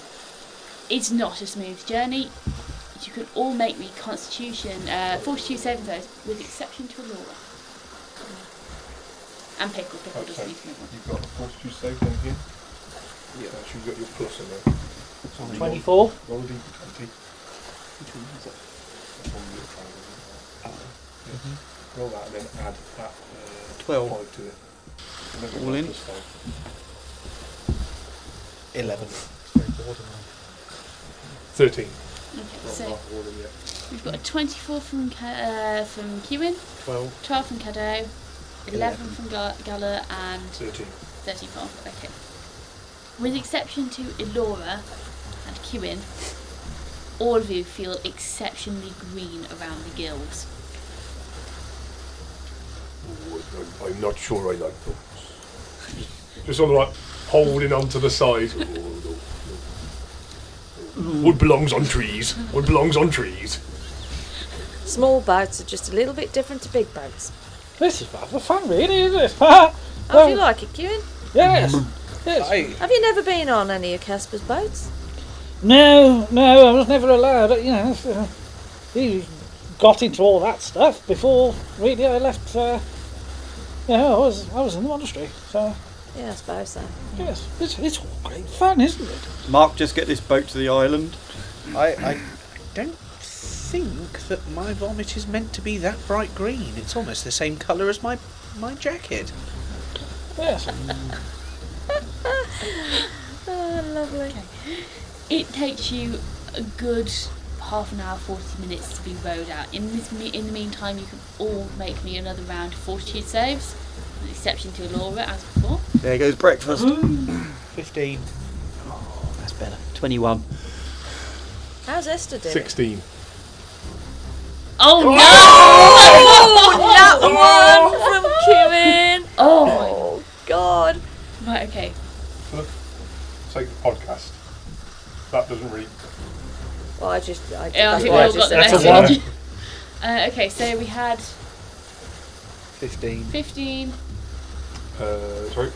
Speaker 1: It's not a smooth journey. You can all make me Constitution, uh, Fortitude saving throws, with exception to Laura. And Pickle. Pickle doesn't need to make one.
Speaker 8: You've got plus two saved then again. Yeah, you've got your plus in there.
Speaker 3: 24.
Speaker 8: Roll a d20. Which one is it? That's one you're trying to do. Mm-hmm. Roll that and then add that uh,
Speaker 6: Twelve.
Speaker 8: five to it. And then
Speaker 6: All in?
Speaker 8: plus five.
Speaker 7: Eleven.
Speaker 8: Thirteen.
Speaker 1: Okay,
Speaker 8: Roll
Speaker 1: so
Speaker 8: that all in, yeah.
Speaker 1: we've got a 24 from Ka- uh, from Kewin,
Speaker 8: Twelve.
Speaker 1: 12 from Kado, 11 from Ga- Gala, and
Speaker 8: Thirteen.
Speaker 1: 34, okay. With exception to Elora and Kewin, all of you feel exceptionally green around the gills.
Speaker 8: Ooh, I'm, I'm not sure I like those. Just sort of like holding onto the side. Oh, no, no. Wood belongs on trees. Wood belongs on trees.
Speaker 2: Small boats are just a little bit different to big boats.
Speaker 3: This is rather fun, really, isn't it? *laughs* Ha!
Speaker 2: How do
Speaker 3: Oh.
Speaker 2: you like it, Kieran?
Speaker 3: yes. yes.
Speaker 7: I
Speaker 2: Have you never been on any of Casper's boats?
Speaker 3: No, no, I was never allowed. You know, so he got into all that stuff before really I left. Uh, yeah, I was I was in the monastery, so
Speaker 2: Yeah, I suppose so.
Speaker 3: yes, it's, it's all great fun, isn't it?
Speaker 6: Mark, just get this boat to the island.
Speaker 7: I, I don't think that my vomit is meant to be that bright green. It's almost the same colour as my my jacket.
Speaker 3: Yes,
Speaker 2: Oh, lovely.
Speaker 1: It takes you a good half an hour, 40 minutes to be rowed out. In this, me- in the meantime, you can all make me another round of fortitude saves, with exception to Elora as before.
Speaker 6: There goes breakfast.
Speaker 7: Fifteen.
Speaker 6: That's better. Twenty-one.
Speaker 2: How's Esther doing?
Speaker 8: Sixteen.
Speaker 1: Oh no!
Speaker 2: Oh, that one from Kieran.
Speaker 1: Oh!
Speaker 2: Oh God.
Speaker 1: Right, okay.
Speaker 8: Take the podcast. That doesn't really
Speaker 2: Well, I just, I,
Speaker 1: Yeah, I
Speaker 2: that's
Speaker 1: think we
Speaker 2: what I
Speaker 1: all got
Speaker 2: just
Speaker 1: the
Speaker 2: said.
Speaker 3: that's a
Speaker 1: message. *laughs* Uh, okay, so we had
Speaker 7: Fifteen.
Speaker 1: 15,
Speaker 8: Uh, sorry.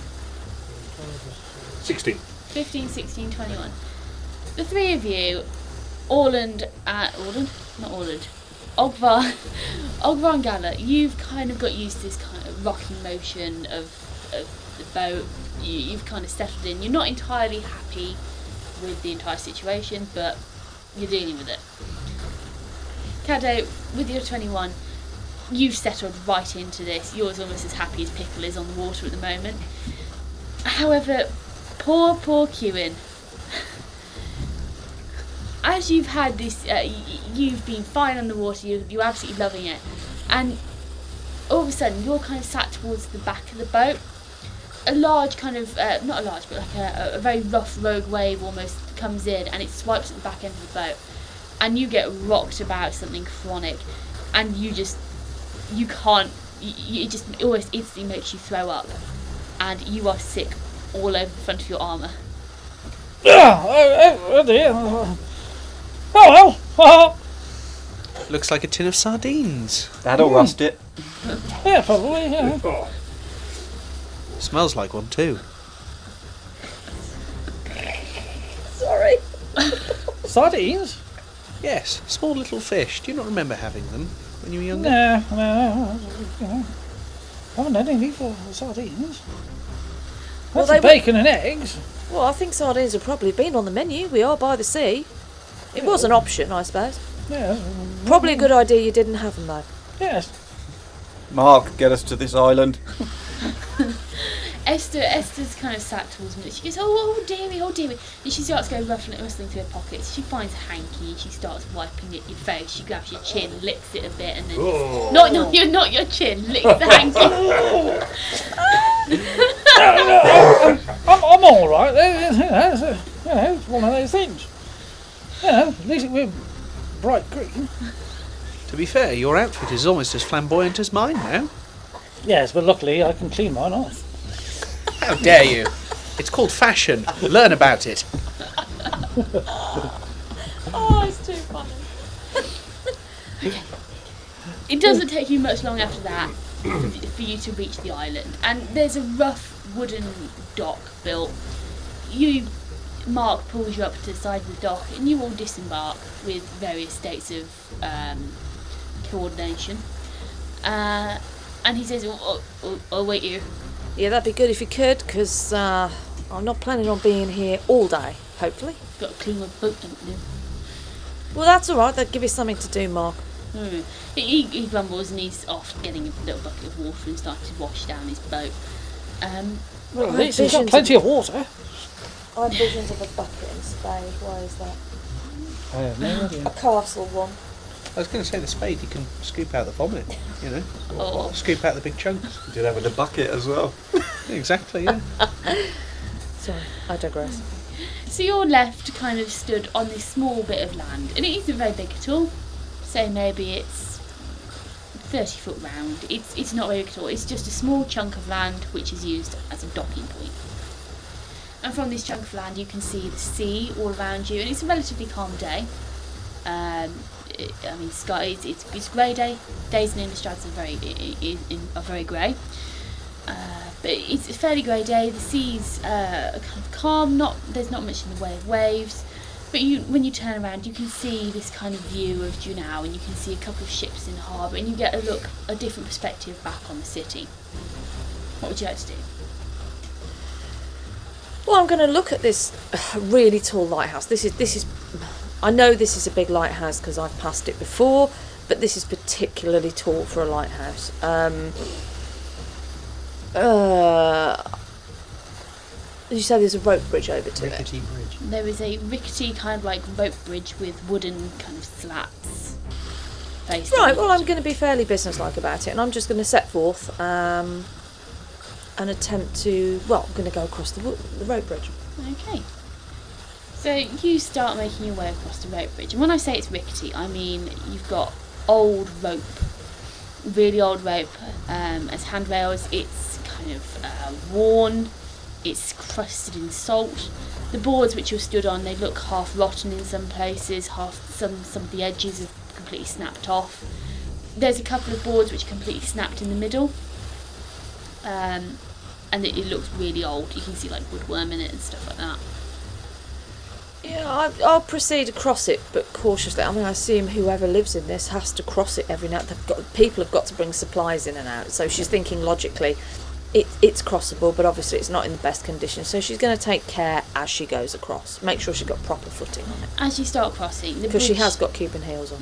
Speaker 8: 16.
Speaker 1: 15, 16, 21. The three of you, Orland, uh, Orland? Not Orland. Ogvar, *laughs* Ogvar and Gala, you've kind of got used to this kind of rocking motion of, of the boat. You, you've kind of settled in. You're not entirely happy with the entire situation, but you're dealing with it. Cado, with your 21, you've settled right into this. You're almost as happy as Pickle is on the water at the moment. However, poor, poor Kewin. As you've had this, uh, y- y- you've been fine on the water, you, you're absolutely loving it. And all of a sudden, you're kind of sat towards the back of the boat. A large kind of, uh, not a large, but like a, a very rough rogue wave almost comes in and it swipes at the back end of the boat. And you get rocked about something chronic. And you just, you can't y- y- it just it almost instantly makes you throw up, and you are sick all over the front of your armour.
Speaker 3: Oh, oh, oh dear. Oh well. Oh,
Speaker 7: Looks like a tin of sardines.
Speaker 6: That'll rust it.
Speaker 3: yeah, probably. Yeah.
Speaker 7: Smells like one too.
Speaker 2: Sorry.
Speaker 3: Sardines?
Speaker 7: Yes, small little fish. Do you not remember having them when you were younger?
Speaker 3: No, no, no. You know, haven't had anything for sardines.
Speaker 2: Well,
Speaker 3: Well,
Speaker 2: they were-
Speaker 3: bacon and eggs.
Speaker 2: Well, I think sardines have probably been on the menu. We are by the sea. It was an option, I suppose.
Speaker 3: Yes,
Speaker 2: Probably a good idea you didn't have them, though.
Speaker 3: yes.
Speaker 6: Mark, get us to this island.
Speaker 1: Esther Esther's kind of sat towards me. She goes, oh, oh dearie, oh dearie, and she starts going ruffling rustling through her pockets. She finds a hanky and she starts wiping at your face. She grabs your chin, licks it a bit, and then no, no, you're not your chin. Licks the hanky.
Speaker 3: I'm, I'm all right. Eh, eh, You know, it's, a, you know, it's one of those things. You know, at least we're bright green.
Speaker 7: To be fair, your outfit is almost as flamboyant as mine now.
Speaker 3: Yes, but luckily I can clean mine off.
Speaker 7: How dare you? It's called fashion. Learn about it.
Speaker 2: Oh, it's too funny.
Speaker 1: It doesn't take you much long after that for you to reach the island, and there's a rough wooden dock built. You, Mark, pulls you up to the side of the dock, and you all disembark with various states of um, coordination. Uh, and he says, "Oh, oh, oh wait, you."
Speaker 2: Yeah, that'd be good if you could, 'cause uh, I'm not planning on being here all day, hopefully.
Speaker 1: Got to clean my boat, don't you?
Speaker 2: Well, that's all right. That'd give you something to do, Mark.
Speaker 1: Hmm. He, he grumbles and he's off getting a little bucket of water and starting to wash down his boat. Um,
Speaker 3: Well, at
Speaker 2: Right,
Speaker 3: least it's got
Speaker 2: visions.
Speaker 3: plenty of water.
Speaker 10: I had visions of a bucket in Spain. Why is that?
Speaker 3: I have no idea.
Speaker 10: A castle one.
Speaker 7: I was going to say the spade. You can scoop out the vomit. You know,
Speaker 1: oh,
Speaker 7: scoop out the big chunks.
Speaker 6: You did have it in a bucket as well.
Speaker 7: *laughs* Exactly. Yeah.
Speaker 2: Sorry, I digress.
Speaker 1: So you're left kind of stood on this small bit of land, and it isn't very big at all. Say maybe it's 30 foot round. It's, it's not very big at all. It's just a small chunk of land which is used as a docking point. And from this chunk of land, you can see the sea all around you, and it's a relatively calm day. Um, it, I mean, sky it's, it's, it's grey day. Days in Innistrad are very i- i- in, are very grey. Uh, but it's a fairly grey day. The sea's uh, kind of calm. Not there's not much in the way of waves. But you, when you turn around, you can see this kind of view of Junau, and you can see a couple of ships in the harbour, and you get a look, a different perspective back on the city. What would you like to do?
Speaker 2: Well, I'm going to look at this *sighs* uh, really tall lighthouse. This is this is. I know this is a big lighthouse because I've passed it before, but this is particularly tall for a lighthouse. Um, uh, you say there's a rope bridge over to it.
Speaker 7: Rickety bridge.
Speaker 1: There is a rickety kind of like rope bridge with wooden kind of slats. Based
Speaker 2: Right,
Speaker 1: on
Speaker 2: well, I'm going to be fairly businesslike about it, and I'm just going to set forth um, an attempt to. Well, I'm going to go across the, wo- the road bridge.
Speaker 1: Okay. So you start making your way across the rope bridge. And when I say it's rickety, I mean you've got old rope, really old rope um, as handrails. It's kind of uh, worn, it's crusted in salt. The boards which you're stood on, they look half rotten in some places, half some, some of the edges have completely snapped off. There's a couple of boards which are completely snapped in the middle. Um, and it, it looks really old. You can see like woodworm in it and stuff like that.
Speaker 2: Yeah, I, I'll proceed across it, but cautiously. I mean, I assume whoever lives in this has to cross it every night. They've got, people have got to bring supplies in and out, so she's thinking logically. It, it's crossable, but obviously it's not in the best condition, so she's going to take care as she goes across. Make sure she's got proper footing on it,
Speaker 1: As you start crossing, the
Speaker 2: because she
Speaker 1: bridge-
Speaker 2: has got Cuban heels on.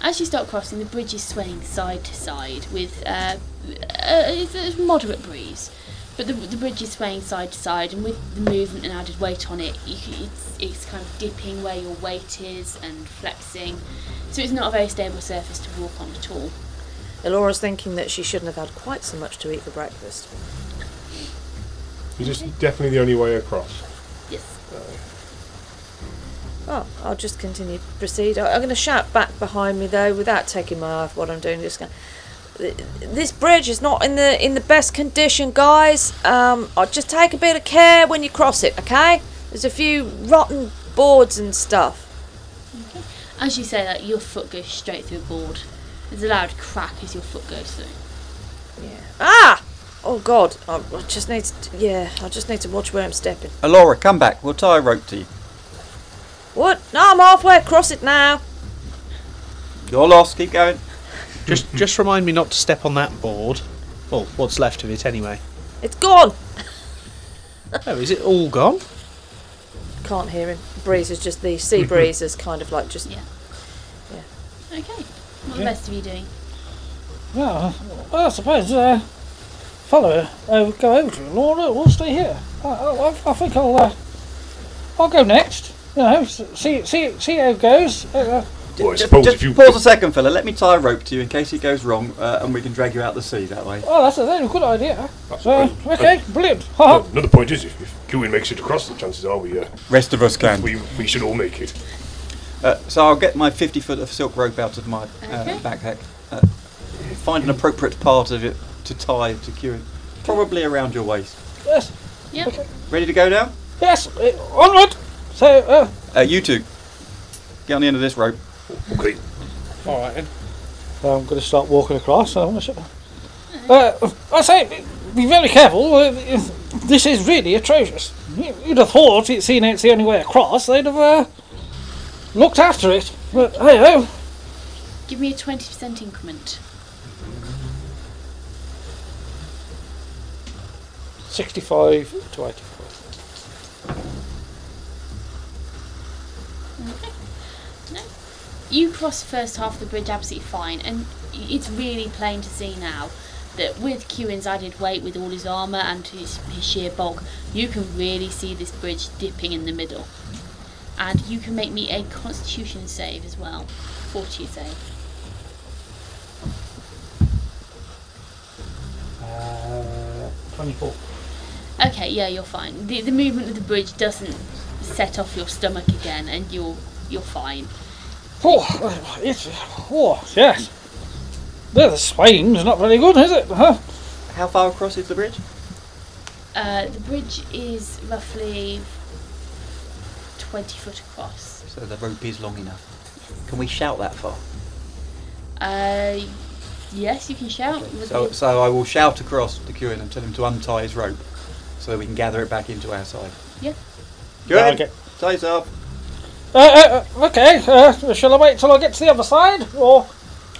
Speaker 1: As you start crossing, the bridge is swaying side to side with uh, uh, it's a moderate breeze, but the, the bridge is swaying side to side, and with the movement and added weight on it, you, c- it's it's kind of dipping where your weight is and flexing, so it's not a very stable surface to walk on at all.
Speaker 2: Elora's thinking that she shouldn't have had quite so much to eat for breakfast.
Speaker 11: Is this definitely the only way across?
Speaker 1: Yes.
Speaker 2: Oh, I'll just continue to proceed. I- I'm going to shout back behind me though, without taking my eye off what I'm doing. Just going, th- this bridge is not in the in the best condition, guys. Um, i just take a bit of care when you cross it, okay? There's a few rotten boards and stuff.
Speaker 1: As you say that, your foot goes straight through a board. There's a loud crack as your foot goes through.
Speaker 2: Ah! Oh God, I, I just need to. Yeah, I just need to watch where I'm stepping.
Speaker 6: Alora, come back. We'll tie a rope to you.
Speaker 2: What? No, I'm halfway across it now.
Speaker 6: You're lost. Keep going. *laughs*
Speaker 7: Just just remind me not to step on that board. Well, what's left of it anyway.
Speaker 2: It's gone.
Speaker 7: Oh, is it all gone?
Speaker 2: Can't hear him. Breeze is just the *laughs* sea breeze is kind of like just.
Speaker 1: Yeah.
Speaker 2: Yeah.
Speaker 1: Okay. What are the
Speaker 3: Yeah.
Speaker 1: rest of you doing?
Speaker 3: Well, well, I suppose, uh, follow, uh, go over to Laura, we'll stay here. I, I, I think I'll, uh, I'll go next. You know, s- see, see, see how it goes. Uh,
Speaker 11: Well, I
Speaker 6: Just-
Speaker 11: suppose
Speaker 6: just
Speaker 11: if you.
Speaker 6: pause a second, fella. Let me tie a rope to you in case it goes wrong, uh, and we can drag you out the sea that way.
Speaker 3: oh, that's a very good idea. So,
Speaker 11: uh,
Speaker 3: okay, brilliant. Ha ha.
Speaker 11: Another point is, if, if Gwyn makes it across, the chances are we, uh,
Speaker 6: Rest of us can.
Speaker 11: we, we should all make it.
Speaker 6: Uh, so I'll get my 50 foot of silk rope out of my uh,
Speaker 1: Okay.
Speaker 6: backpack. Uh, find an appropriate part of it to tie to cue it. Probably around your waist.
Speaker 3: Yes,
Speaker 1: Yeah.
Speaker 6: Ready to go now?
Speaker 3: yes, uh, onward. So, uh,
Speaker 6: Uh, you two, get on the end of this rope.
Speaker 11: Okay.
Speaker 7: All right. Then.
Speaker 3: Well, I'm going to start walking across. I want to. Uh, I say, be very careful. uh, This is really atrocious. You- You'd have thought, it, seeing it's the only way across, they'd have uh, looked after it. But hey oh, ho.
Speaker 1: Give me a 20% increment.
Speaker 3: 65 to 85.
Speaker 1: *laughs* You cross the first half of the bridge absolutely fine, and it's really plain to see now that with Qin's added weight, with all his armour and his, his sheer bulk, you can really see this bridge dipping in the middle. And you can make me a constitution save as well. Fortitude save.
Speaker 3: Uh, 24.
Speaker 1: Okay, yeah, you're fine. The, the movement of the bridge doesn't set off your stomach again, and you're you're fine.
Speaker 3: Oh, it's, oh, yes. The swaying's not very good, is it? Huh?
Speaker 6: How far across is the bridge?
Speaker 1: Uh, the bridge is roughly 20 foot across.
Speaker 6: So the rope is long enough. Can we shout that far?
Speaker 1: Uh, yes, you can shout. with
Speaker 6: So,
Speaker 1: your-
Speaker 6: so I will shout across to Kieran and tell him to untie his rope so that we can gather it back into our side.
Speaker 1: Yeah.
Speaker 6: Kieran,
Speaker 3: Okay.
Speaker 6: tie us up.
Speaker 3: Uh, uh, okay, uh, shall I wait till I get to the other side? Or.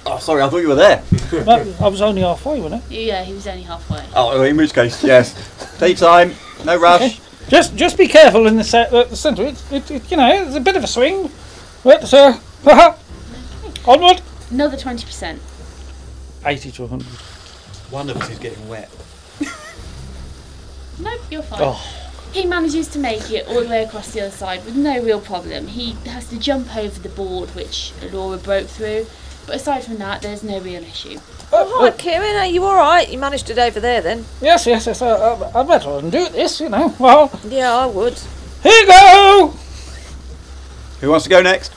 Speaker 6: Oh, sorry, I thought you were there.
Speaker 3: No, I was only halfway, wasn't I?
Speaker 1: Yeah, he was only halfway.
Speaker 6: Oh, in which case, yes. Take time, no rush.
Speaker 3: Just, just be careful in the, se- uh, the centre. It, it, it, you know, it's a bit of a swing. But, uh, haha. Onward.
Speaker 1: Another 20%.
Speaker 3: 80 to 100.
Speaker 6: One of us is getting wet.
Speaker 1: Nope, you're fine.
Speaker 3: Oh.
Speaker 1: He manages to make it all the way across the other side with no real problem. He has to jump over the board, which Laura broke through. But aside from that, there's no real issue.
Speaker 3: Uh,
Speaker 2: Oh, hi, Kieran. Are you all right? You managed it over there then.
Speaker 3: Yes, yes, yes. Uh, I, I better undo this, you know. Well,
Speaker 2: Yeah, I would.
Speaker 3: here you go.
Speaker 6: Who wants to go next?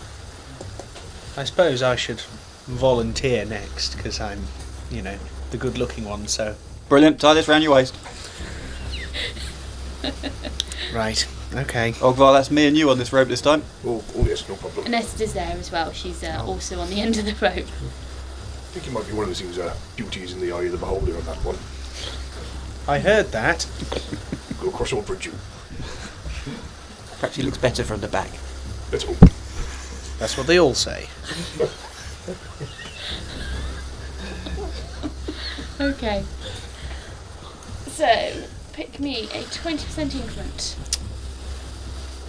Speaker 7: I suppose I should volunteer next because I'm, you know, the good-looking one. So
Speaker 6: Brilliant, tie this round your waist.
Speaker 7: right. Okay.
Speaker 6: Ogvar, Oh, that's me and you on this rope this time.
Speaker 11: Oh, oh yes, no problem.
Speaker 1: And Esther's there as well. She's uh, also on the *laughs* end of the rope.
Speaker 11: I think it might be one of those things, uh, beauties in the eye of the beholder on that one.
Speaker 7: I heard that.
Speaker 11: Go across all bridge, you.
Speaker 6: Perhaps he looks better from the back.
Speaker 11: Let's hope.
Speaker 7: That's what they all say.
Speaker 1: Okay. So, pick me a 20% increment.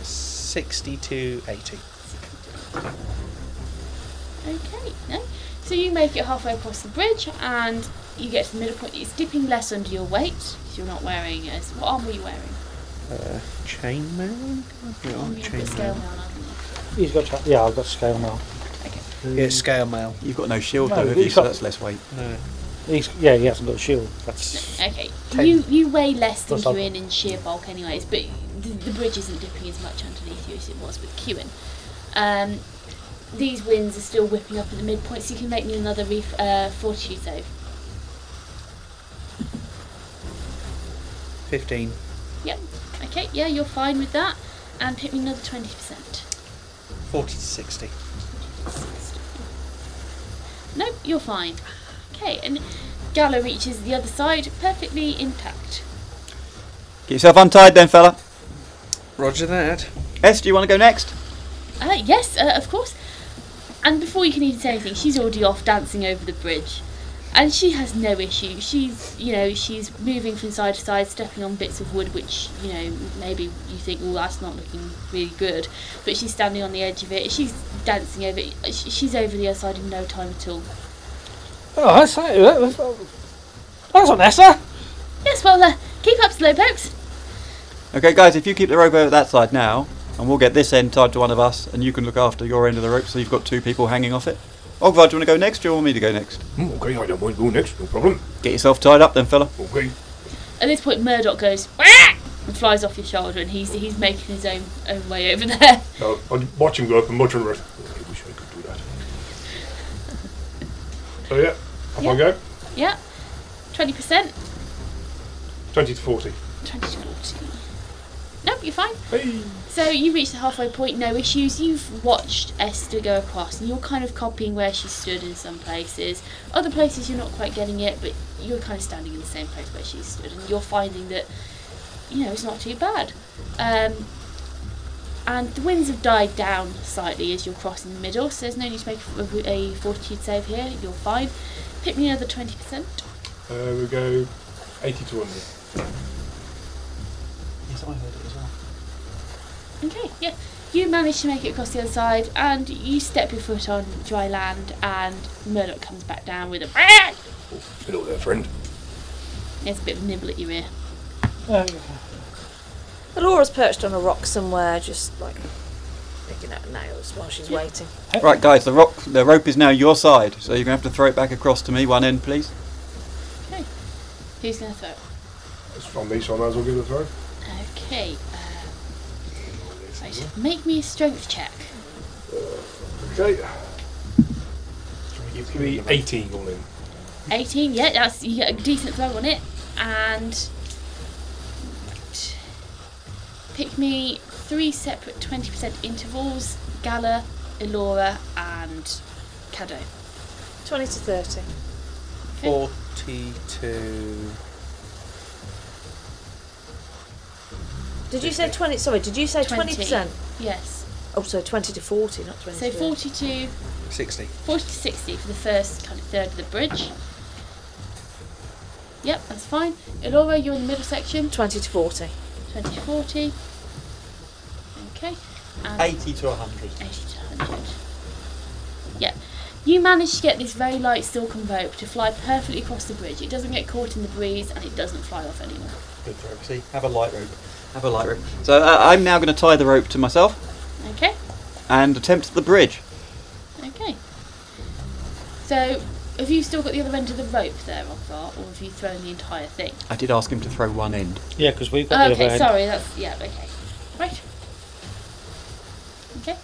Speaker 7: Sixty-two eighty.
Speaker 1: Okay, no. So you make it halfway across the bridge and you get to the middle point. It's dipping less under your weight because you're not wearing as. What arm were you wearing?
Speaker 7: Chainmail. Yeah,
Speaker 1: On your
Speaker 7: chainmail.
Speaker 1: scale now, aren't you?
Speaker 3: He's got. Tra- yeah, I've got scale now.
Speaker 7: Yeah, scale mail.
Speaker 6: You've got no shield
Speaker 3: No,
Speaker 6: though, have
Speaker 3: he's
Speaker 6: you? So
Speaker 3: got-
Speaker 6: that's less weight.
Speaker 7: No.
Speaker 3: He's, yeah, he hasn't got a shield. That's.
Speaker 1: Okay.
Speaker 3: Ten.
Speaker 1: You you weigh less than
Speaker 3: Plus I've-
Speaker 1: Kewin in sheer bulk, anyways, but the, the bridge isn't dipping as much underneath you as it was with Kewin. Um, these winds are still whipping up at the midpoint, so you can make me another ref- uh, fortitude save.
Speaker 7: 15.
Speaker 1: Yep. Okay, yeah, you're fine with that. And hit me another 20%.
Speaker 7: 40 to 60.
Speaker 1: Nope, you're fine. Okay, and Gala reaches the other side perfectly intact.
Speaker 6: Get yourself untied then, fella.
Speaker 7: Roger that.
Speaker 6: S, do you want to go next?
Speaker 1: Uh, yes, uh, of course. And before you can even say anything, she's already off dancing over the bridge. And she has no issue. She's, you know, she's moving from side to side, stepping on bits of wood, which, you know, maybe you think, oh, that's not looking really good. But she's standing on the edge of it. She's dancing over it. Sh- She's over the other side in no time at all.
Speaker 3: Oh, that's that's, that's on Nessa.
Speaker 1: Yes, well, uh, keep up, slowpokes.
Speaker 6: Okay, guys, if you keep the rope over that side now, and we'll get this end tied to one of us, and you can look after your end of the rope so you've got two people hanging off it. Ogvar, do you want to go next? Or do you want me to go next?
Speaker 11: Hmm, okay, I don't mind go next, no problem.
Speaker 6: Get yourself tied up then, fella.
Speaker 11: Okay.
Speaker 1: At this point, Murdoch goes "Wah!" and flies off your shoulder, and he's he's making his own own way over there. *laughs*
Speaker 11: Now, I'm watching go up and muttering, "Okay, I wish I could do that. So, yeah, off I go.
Speaker 1: Yeah, twenty percent,
Speaker 11: 20 to 40.
Speaker 1: twenty to forty. Nope, you're fine. So you reach the halfway point, no issues. You've watched Esther go across, and you're kind of copying where she stood in some places. Other places you're not quite getting it, but you're kind of standing in the same place where she stood, and you're finding that you know it's not too bad. Um, and the winds have died down slightly as you're crossing the middle, so there's no need to make a, a fortitude save here. You're fine. Pick me another twenty percent.
Speaker 11: Uh, we go 80 to 100.
Speaker 6: Yes, I heard it as well.
Speaker 1: Okay, yeah. You manage to make it across the other side and you step your foot on dry land and Murdoch comes back down with a *laughs*
Speaker 11: Hello there, friend.
Speaker 1: There's a bit of a nibble at your ear.
Speaker 2: Laura's perched on a rock somewhere, just like picking up nails while she's waiting.
Speaker 6: Right, guys, the rock, the rope is now your side, so you're going to have to throw it back across to me, one end, please.
Speaker 1: Okay. Who's gonna throw?
Speaker 11: It's from me, so I might as well give it a throw.
Speaker 1: Okay. Uh, right, make me a strength check.
Speaker 11: Okay. Give me 18 all in.
Speaker 1: 18, yeah, that's you get a decent throw on it. And right. pick me three separate 20% intervals, Gala, Elora and Caddo.
Speaker 2: 20 to 30.
Speaker 7: 40 to.
Speaker 2: Did you say 20? Sorry, did you say
Speaker 1: 20.
Speaker 2: 20%?
Speaker 1: Yes.
Speaker 2: Oh, so 20 to 40, not 20
Speaker 1: So
Speaker 2: to
Speaker 1: 42
Speaker 7: 60.
Speaker 1: 40 to 60 for the first kind of third of the bridge. Yep, that's fine. Elora, you're in the middle section,
Speaker 2: 20 to 40.
Speaker 1: 20 to 40. Okay. And
Speaker 6: 80 to 100.
Speaker 1: 80 to 100. Yep. You manage to get this very light silken rope to fly perfectly across the bridge. It doesn't get caught in the breeze and it doesn't fly off anywhere.
Speaker 6: Good throw. See, have a light rope. Have a light rope. So uh, I'm now going to tie the rope to myself
Speaker 1: Okay?
Speaker 6: and attempt the bridge.
Speaker 1: Okay. So, have you still got the other end of the rope there, Ogvar, or have you thrown the entire thing?
Speaker 6: I did ask him to throw one end.
Speaker 3: Yeah, because we've got the other
Speaker 1: Okay,
Speaker 3: end.
Speaker 1: sorry, that's yeah, okay. Right. Okay.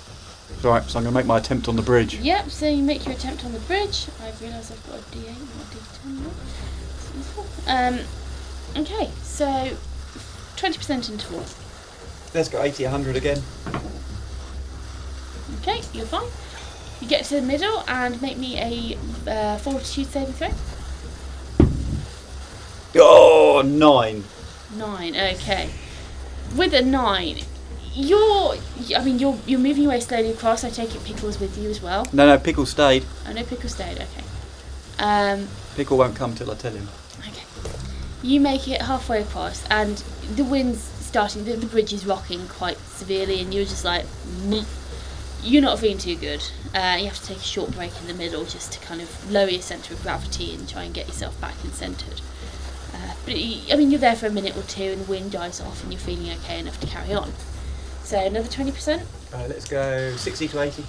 Speaker 6: Right, so I'm going to make my attempt on the bridge.
Speaker 1: Yep, so you make your attempt on the bridge. I've realised I've got a D eight and a D ten. Um okay, so twenty percent interval.
Speaker 6: Let's go 80, 100 again.
Speaker 1: Okay, you're fine. You get to the middle and make me a uh, fortitude saving throw.
Speaker 6: Oh, nine.
Speaker 1: Nine. Okay. With a nine, you're. I mean, you're you're moving your way slowly across. I take it pickles with you as well.
Speaker 6: No, no, Pickle stayed.
Speaker 1: Oh no, pickle stayed. Okay. Um,
Speaker 6: Pickle won't come till I tell him.
Speaker 1: Okay. You make it halfway across, and the wind's starting. The, the bridge is rocking quite severely, and you're just like, "Meh." you're not feeling too good. Uh, you have to take a short break in the middle just to kind of lower your centre of gravity and try and get yourself back and centred. Uh, but y- I mean, you're there for a minute or two, and the wind dies off, and you're feeling okay enough to carry on. So another twenty percent.
Speaker 6: Uh, let's go 60 to 80.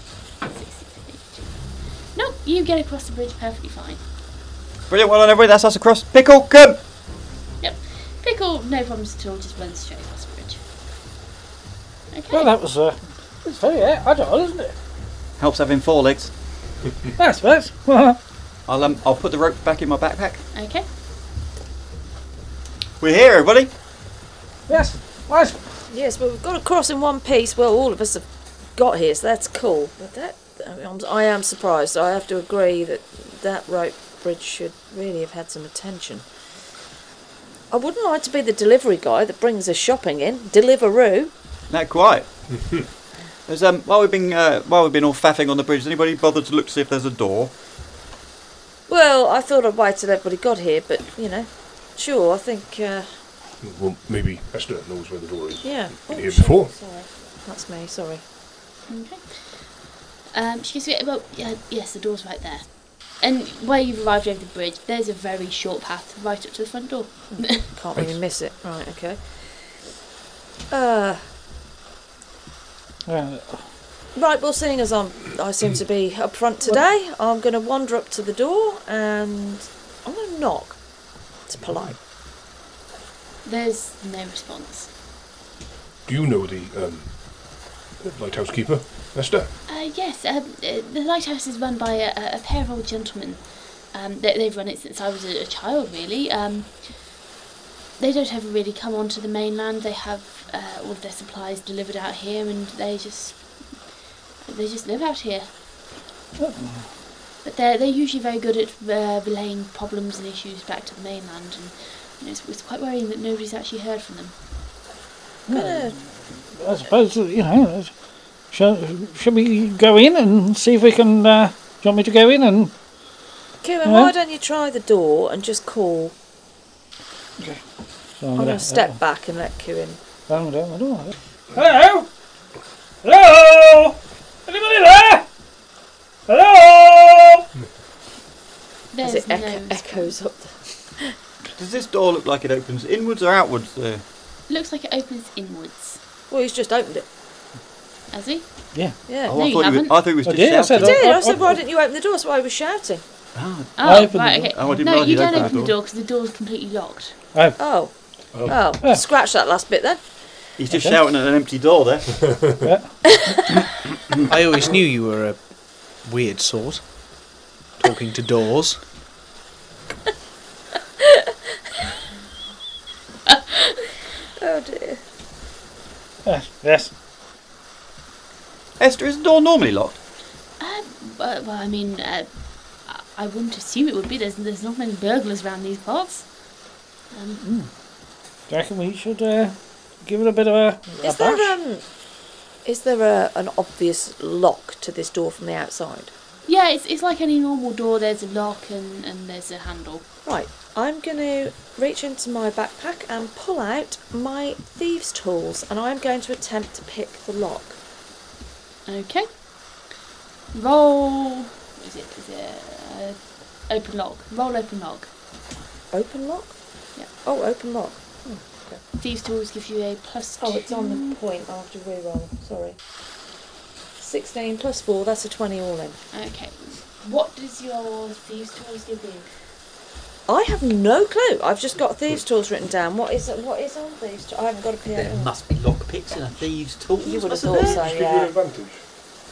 Speaker 1: Nope, you get across the bridge perfectly fine.
Speaker 6: Brilliant, well done, everybody. That's us across. Pickle, come!
Speaker 1: Yep. Pickle, no problems at all. Just runs straight across the bridge. Okay.
Speaker 3: Well, that was uh, it's very uh, agile, isn't it?
Speaker 6: Helps having four legs.
Speaker 3: That's best. I'll
Speaker 6: I'll, um, I'll put the rope back in my backpack.
Speaker 1: Okay.
Speaker 6: We're here, everybody.
Speaker 3: *laughs* Yes, what?
Speaker 2: Yes, but we've got to cross in one piece. Well, all of us have got here, so that's cool. But that, I mean, I'm- I am surprised. I have to agree that that rope bridge should really have had some attention. I wouldn't like to be the delivery guy that brings the shopping in. Deliveroo.
Speaker 6: Not quite. *laughs* There's, um, while we've been uh, while we've been all faffing on the bridge, has anybody bothered to look to see if there's a door?
Speaker 2: Well, I thought I'd wait till everybody got here, but you know, sure. I think, uh,
Speaker 11: Well, maybe Esther knows where the door is.
Speaker 2: yeah.
Speaker 11: Been
Speaker 2: Oh,
Speaker 11: here
Speaker 2: shit,
Speaker 11: before.
Speaker 2: Sorry, that's me. Sorry.
Speaker 12: Okay.
Speaker 1: Um, she goes, yeah, well, yeah, yes, the door's right there. And where you've arrived over the bridge, there's a very short path right up to the front door.
Speaker 2: Can't really miss it. Right. Okay. Uh,
Speaker 3: Uh,
Speaker 2: Right, well, seeing as I'm, I seem to be up front today, I'm going to wander up to the door and I'm going to knock. It's polite.
Speaker 1: There's no response.
Speaker 11: Do you know the um, lighthouse keeper, Esther?
Speaker 1: Uh, yes, um, uh, the lighthouse is run by a, a- a pair of old gentlemen. Um, they, they've run it since I was a, a child, really. Um, they don't ever really come onto the mainland. They have uh, all of their supplies delivered out here, and they just they just live out here. But they're they're usually very good at uh, relaying problems and issues back to the mainland, and you know, it's, it's quite worrying that nobody's actually heard from them.
Speaker 2: Good.
Speaker 3: I suppose uh, you know. Shall, shall we go in and see if we can? Uh, do you want me to go in and?
Speaker 2: Kieran,
Speaker 3: Hello?
Speaker 2: why don't you try the door and just call?
Speaker 3: So
Speaker 2: I'm going to step back and let Kieran.
Speaker 3: Down, down the door. Hello? Hello? Anybody there? Hello?
Speaker 2: As
Speaker 1: There's
Speaker 2: it echo-
Speaker 1: no
Speaker 2: echoes up.
Speaker 6: Does this door look like it opens inwards or outwards? uh? There.
Speaker 1: Looks like it opens inwards.
Speaker 2: Well, he's just opened it.
Speaker 1: Has he?
Speaker 3: Yeah.
Speaker 2: Yeah.
Speaker 6: Oh, I, thought it was, I thought it was
Speaker 3: I
Speaker 6: just
Speaker 3: did, I said
Speaker 2: You
Speaker 6: shouting.
Speaker 2: did. I
Speaker 3: Oh,
Speaker 2: said,
Speaker 3: oh,
Speaker 2: why
Speaker 3: oh.
Speaker 2: didn't you open the door? That's why I was shouting.
Speaker 1: Oh,
Speaker 3: opened the
Speaker 1: right,
Speaker 3: door.
Speaker 1: okay.
Speaker 6: Oh, I didn't
Speaker 1: no,
Speaker 6: realise
Speaker 1: you
Speaker 6: you'd
Speaker 1: don't
Speaker 6: opened the
Speaker 1: open the
Speaker 6: door.
Speaker 1: door because the door's completely locked.
Speaker 3: Oh,
Speaker 2: Oh. Oh.
Speaker 11: Oh.
Speaker 3: Yeah.
Speaker 2: Scratch that last bit then.
Speaker 6: He's just
Speaker 3: Okay.
Speaker 6: shouting at an empty door there.
Speaker 7: I always knew you were a weird sort. Talking to doors.
Speaker 2: Oh dear.
Speaker 3: yes, yes.
Speaker 6: Esther, is the door normally locked?
Speaker 1: Um, well, well, I mean, uh, I- I wouldn't assume it would be. There's, there's not many burglars around these parts. Um,
Speaker 3: Do you reckon we should uh, give it a bit of a, a
Speaker 2: Is there
Speaker 3: bash?
Speaker 2: um, is there a, an obvious lock to this door from the outside?
Speaker 1: yeah, it's, it's like any normal door. There's a lock and, and there's a handle.
Speaker 2: Right, I'm going to reach into my backpack and pull out my thieves' tools, and I'm going to attempt to pick the lock.
Speaker 1: Okay. Roll. Is it? Is it? Uh, open lock. Roll open lock.
Speaker 2: Open lock?
Speaker 1: Yeah.
Speaker 2: Oh, open lock.
Speaker 1: These tools give you a plus two.
Speaker 13: Oh, it's on the point. I'll have to re-roll. Sorry.
Speaker 2: 16 plus 4, that's a 20 all in.
Speaker 1: Okay. What does your thieves' tools give you?
Speaker 2: I have no clue. I've just got thieves' tools written down. What is what is on thieves' tools? I haven't got a PA.
Speaker 6: must be lockpicks in a thieves' tools.
Speaker 2: You would have thought so,
Speaker 11: Just give you an
Speaker 2: yeah.
Speaker 11: advantage.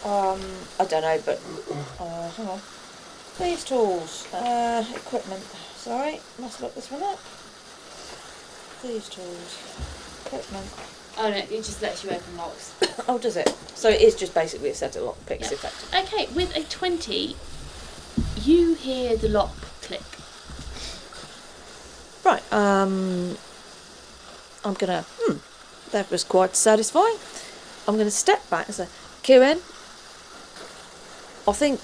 Speaker 2: Um, I don't know, but uh, hang on. Thieves' tools, uh, equipment. Sorry, must look this one up. Thieves' tools, equipment. *coughs*
Speaker 1: Oh no, it just lets you open locks.
Speaker 2: Oh, does it? So it is just basically a set of lockpicks,
Speaker 1: Yeah.
Speaker 2: effectively.
Speaker 1: Okay, with a 20, you hear the lock click.
Speaker 2: Right. Um, I'm gonna. Hmm. That was quite satisfying. I'm gonna step back and say, Kieran, I think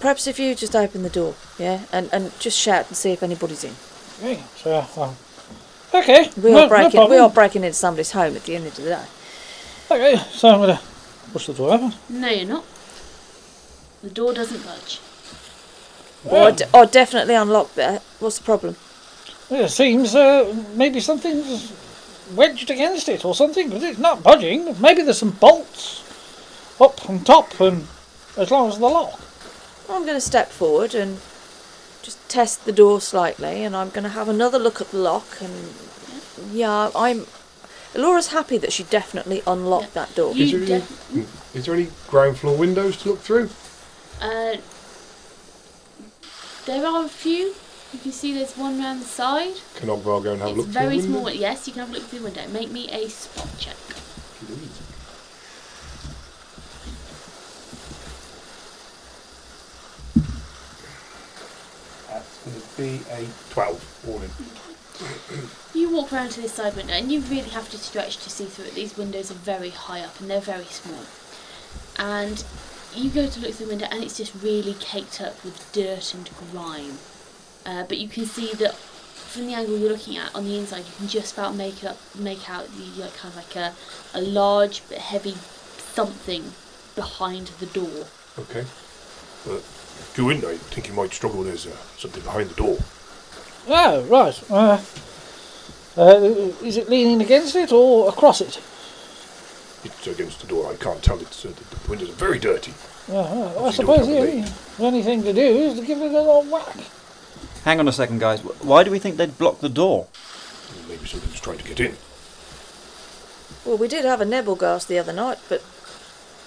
Speaker 2: perhaps if you just open the door, yeah, and and just shout and see if anybody's in.
Speaker 3: Okay, so, um, okay.
Speaker 2: We
Speaker 3: no,
Speaker 2: are breaking.
Speaker 3: No
Speaker 2: we are
Speaker 3: problem.
Speaker 2: breaking into somebody's home at the end of the day.
Speaker 3: Okay, so I'm gonna push the door open.
Speaker 1: No, you're not. The door doesn't budge.
Speaker 2: Or, I d- or definitely unlock that. What's the problem?
Speaker 3: It seems uh, maybe something's wedged against it or something, but it's not budging. Maybe there's some bolts up and top, and as long as the lock.
Speaker 2: I'm going to step forward and just test the door slightly, and I'm going to have another look at the lock. And yeah, I'm. Laura's happy that she definitely unlocked that door.
Speaker 1: You
Speaker 11: Is there, any,
Speaker 1: def-
Speaker 11: hmm, is there any ground floor windows to look through?
Speaker 1: Uh, there uh, are a few. You can see there's one round the side.
Speaker 11: Can Ogvar go and have a
Speaker 1: It's
Speaker 11: look through
Speaker 1: very
Speaker 11: the window?
Speaker 1: small. Yes, you can have a look through the window. Make me a spot check.
Speaker 14: That's going to be a 12 all in.
Speaker 1: You walk round to this side window, and you really have to stretch to see through it. These windows are very high up, and they're very small. And you go to look through the window, and it's just really caked up with dirt and grime. Uh, but you can see that from the angle you're looking at on the inside, you can just about make it up, make out the uh, kind of like a, a large but heavy something behind the door.
Speaker 11: Okay. But if you're in, I think you might struggle. There's uh, something behind the door.
Speaker 3: Oh, right. Uh, uh, is it leaning against it or across it?
Speaker 11: It's against the door. I can't tell. It's uh, the, the windows are very dirty.
Speaker 3: Uh, uh, I
Speaker 11: Obviously
Speaker 3: suppose
Speaker 11: don't have
Speaker 3: the, the only thing to do is to give it a little whack.
Speaker 6: Hang on a second, guys. Wh- Why do we think they'd block the door?
Speaker 11: Maybe something's trying to get in.
Speaker 2: Well, we did have a Nebelgast the other night, but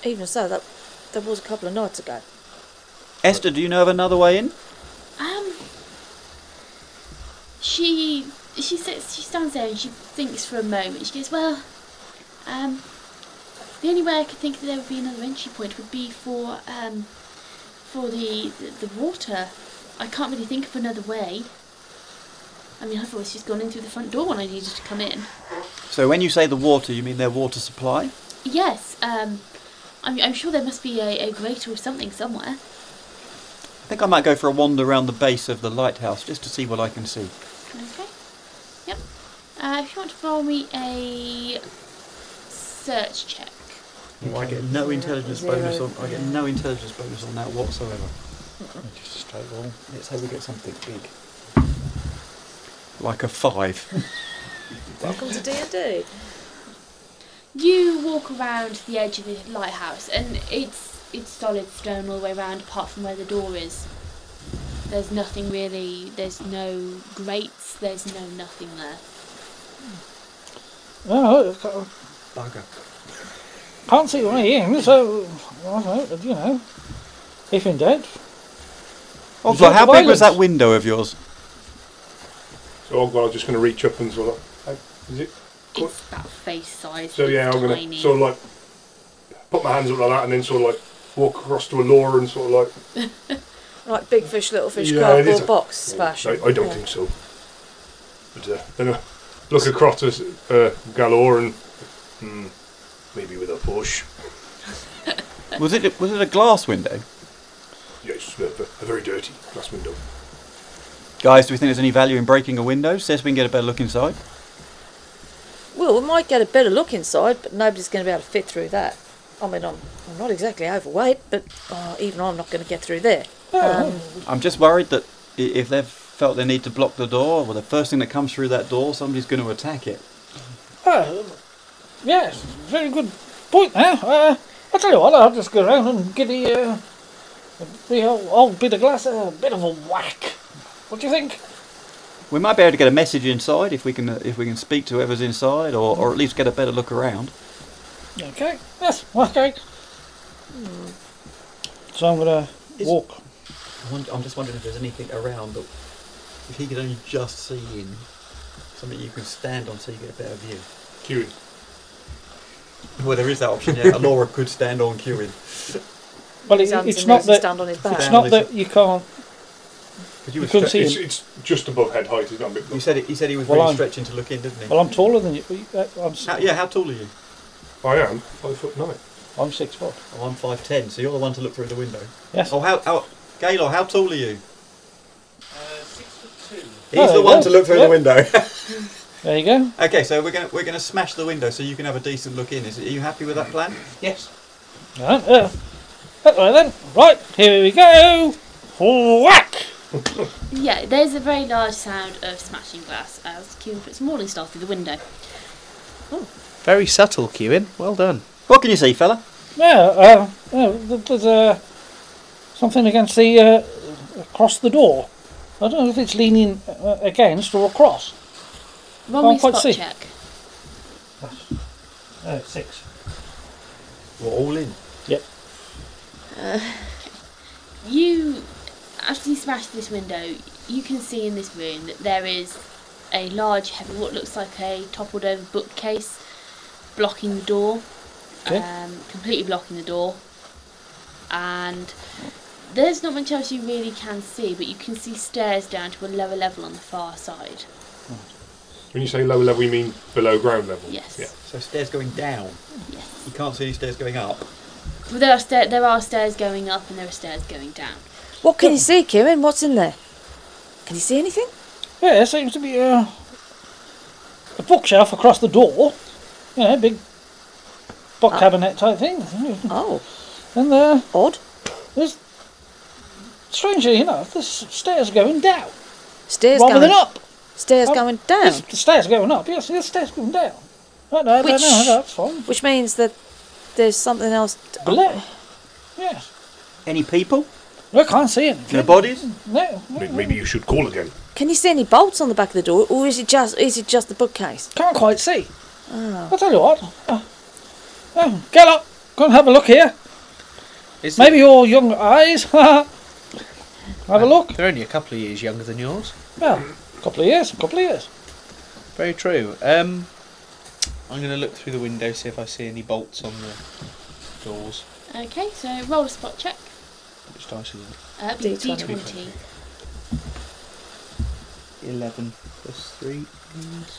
Speaker 2: even so, that that was a couple of nights ago.
Speaker 6: Esther, do you know of another way in?
Speaker 1: Um, she she sits, she stands there and she thinks for a moment. She goes, "Well, um, the only way I could think that there would be another entry point would be for um, for the the, the water. I can't really think of another way. I mean, I've always just gone in through the front door when I needed to come in.
Speaker 6: So when you say the water, you mean their water supply?
Speaker 1: Yes, um, I'm, I'm sure there must be a, a grater or something somewhere.
Speaker 6: I think I might go for a wander around the base of the lighthouse just to see what I can see.
Speaker 1: Okay. Yep. Uh, if you want to roll me a search check.
Speaker 6: I get no intelligence
Speaker 1: Zero.
Speaker 6: bonus on. I get no intelligence bonus on that whatsoever.
Speaker 14: Just a straight roll.
Speaker 6: Let's hope we get something big. Like a five.
Speaker 2: Welcome to D and D.
Speaker 1: You walk around the edge of the lighthouse, and it's it's solid stone all the way around, apart from where the door is. There's nothing really. There's no grates. There's no nothing there.
Speaker 3: Oh, I
Speaker 6: Bugger.
Speaker 3: can't see the way in, so, I don't know, you know. If in doubt.
Speaker 6: Ogvar, Oh, how
Speaker 3: Resort to
Speaker 6: big
Speaker 3: violence.
Speaker 6: was that window of yours?
Speaker 11: So Ogvar's just going to reach up and sort of. like, Is it?
Speaker 1: It's about face size.
Speaker 11: So yeah,
Speaker 1: it's
Speaker 11: I'm going to
Speaker 1: tiny.
Speaker 11: sort of like put my hands up like that and then sort of like walk across to Alora and sort of like.
Speaker 2: Like big fish, little fish,
Speaker 11: Yeah, it is
Speaker 2: cardboard
Speaker 11: a-
Speaker 2: box
Speaker 11: yeah,
Speaker 2: fashion.
Speaker 11: I, I don't
Speaker 2: Yeah.
Speaker 11: think so. But uh, then I look across to uh, Galore and hmm, maybe with a push.
Speaker 6: Was it was it a glass window?
Speaker 11: Yes, a, a very dirty glass window.
Speaker 6: Guys, do we think there's any value in breaking a window? Says we can get a better look inside.
Speaker 2: Well, we might get a better look inside, but nobody's going to be able to fit through that. I mean, I'm, I'm not exactly overweight, but uh, even I'm not going to get through there.
Speaker 3: Uh,
Speaker 2: Um,
Speaker 6: I'm just worried that i- if they've felt they need to block the door, well, the first thing that comes through that door, somebody's going to attack it.
Speaker 3: Oh, yes, very good point there. Uh, I'll tell you what, I'll just go round and get the, uh, the old, old bit of glass a bit of a whack. What do you think?
Speaker 6: We might be able to get a message inside if we can if we can speak to whoever's inside, or, or at least get a better look around.
Speaker 3: Okay, yes, okay. So I'm going to
Speaker 6: Is-
Speaker 3: walk.
Speaker 6: I'm just wondering if there's anything around that if he could only just see in, something you can stand on so you get a better view.
Speaker 11: Queuing.
Speaker 6: Well, there is that option. *laughs* Yeah, Laura could stand on queuing.
Speaker 3: Well, it,
Speaker 2: His hands
Speaker 3: it's
Speaker 2: and
Speaker 3: not
Speaker 2: knees and
Speaker 3: that
Speaker 2: stand on his back.
Speaker 3: it's not that you can't.
Speaker 6: Could
Speaker 3: You couldn't see
Speaker 11: It's,
Speaker 3: him.
Speaker 11: it's just above head height, isn't it?
Speaker 6: You said it, he said he was
Speaker 3: Well,
Speaker 6: really
Speaker 3: I'm-
Speaker 6: stretching to look in, didn't he?
Speaker 3: Well, I'm taller than you. Uh, I'm, s-
Speaker 6: How- yeah, how tall are you?
Speaker 11: I am five foot nine.
Speaker 3: I'm six foot.
Speaker 6: Oh, I'm five ten, so you're the one to look through the window.
Speaker 3: Yes.
Speaker 6: Oh, how, how Gaylor, how tall are you? Uh, He's
Speaker 3: Oh, there
Speaker 6: the
Speaker 3: you
Speaker 6: one
Speaker 3: go.
Speaker 6: to look through
Speaker 3: Yep.
Speaker 6: the window. *laughs*
Speaker 3: There you go.
Speaker 6: okay, so we're gonna we're gonna smash the window so you can have a decent look in. Is are you happy with that plan?
Speaker 14: Yes.
Speaker 3: Right, uh, that way then. Right, here we go. Whack!
Speaker 1: Yeah, there's a very large sound of smashing glass as Kieran puts Morning Star through the window.
Speaker 7: Very subtle, Kewin. Well done.
Speaker 6: What can you see, fella?
Speaker 3: Yeah, uh, yeah, th- there's uh, something against the uh, across the door. I don't know if it's leaning uh, against or across.
Speaker 1: Roll
Speaker 3: Can't
Speaker 1: me a
Speaker 3: quite
Speaker 1: spot
Speaker 3: see.
Speaker 1: check.
Speaker 3: Uh, six.
Speaker 6: We're all in.
Speaker 3: Yep.
Speaker 1: You, after you smash this window,
Speaker 9: you can see in this room that there is a large, heavy, what looks like a toppled over bookcase blocking the door.
Speaker 3: Okay.
Speaker 9: Um, completely blocking the door. And there's not much else you really can see, but you can see stairs down to a lower level on the far side.
Speaker 11: When you say lower level, you mean below ground level?
Speaker 9: Yes.
Speaker 11: Yeah.
Speaker 6: So stairs going down.
Speaker 9: Yes.
Speaker 6: You can't see any stairs going up.
Speaker 9: But there are, stair there are stairs going up and there are stairs going down.
Speaker 1: What can you see, Kieran? What's in there? Can you see anything?
Speaker 3: Yeah, there seems to be a, a bookshelf across the door. You know, big
Speaker 1: Uh.
Speaker 3: book cabinet type thing.
Speaker 1: Oh.
Speaker 3: And uh, there.
Speaker 1: Odd.
Speaker 3: There's. Strangely enough, there's stairs going down.
Speaker 1: Stairs
Speaker 3: rather
Speaker 1: going
Speaker 3: than up.
Speaker 1: Stairs
Speaker 3: Oh,
Speaker 1: going down.
Speaker 3: there's stairs going up, yes, there's stairs going down. I know, I don't
Speaker 1: Which-
Speaker 3: know, that's fine.
Speaker 1: Which means that there's something else. to-
Speaker 3: Below. Yes.
Speaker 6: Any people?
Speaker 3: I can't see anything.
Speaker 6: No bodies?
Speaker 3: No.
Speaker 11: Maybe you should call again.
Speaker 1: Can you see any bolts on the back of the door, or is it just is it just the bookcase?
Speaker 3: Can't quite see.
Speaker 1: Oh.
Speaker 3: I'll tell you what. Uh, oh, get up. Go and have a look here.
Speaker 7: Is
Speaker 3: Maybe your young eyes. *laughs* have a look.
Speaker 7: They're only a couple of years younger than yours.
Speaker 3: Well, a couple of years, a couple of years.
Speaker 7: Very true. Um, I'm going to look through the window, see if I see any bolts on the doors.
Speaker 9: Okay, so roll a spot check.
Speaker 7: Which dice is it?
Speaker 9: Uh, it'd be
Speaker 1: D20.
Speaker 9: D20.
Speaker 7: 11 plus 3 is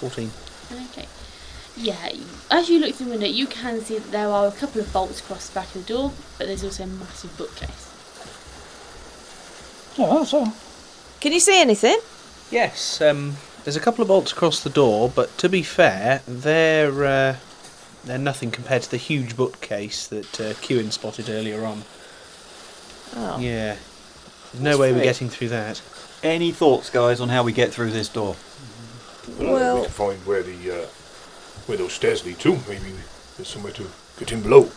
Speaker 7: 14. 14.
Speaker 9: Okay. Yeah, y- as you look through the window, you can see that there are a couple of bolts across the back of the door, but there's also a massive bookcase.
Speaker 3: Yeah, that's all.
Speaker 1: Can you see anything?
Speaker 7: Yes, um, there's a couple of bolts across the door, but to be fair, they're uh, they're nothing compared to the huge bookcase that uh, Kewen spotted earlier on.
Speaker 1: Oh.
Speaker 7: Yeah, There's no way we're
Speaker 1: great.
Speaker 7: getting through that.
Speaker 6: Any thoughts, guys, on how we get through this door?
Speaker 11: we
Speaker 1: Well,
Speaker 11: can find where the uh, where those stairs lead to. Maybe there's somewhere to get in below.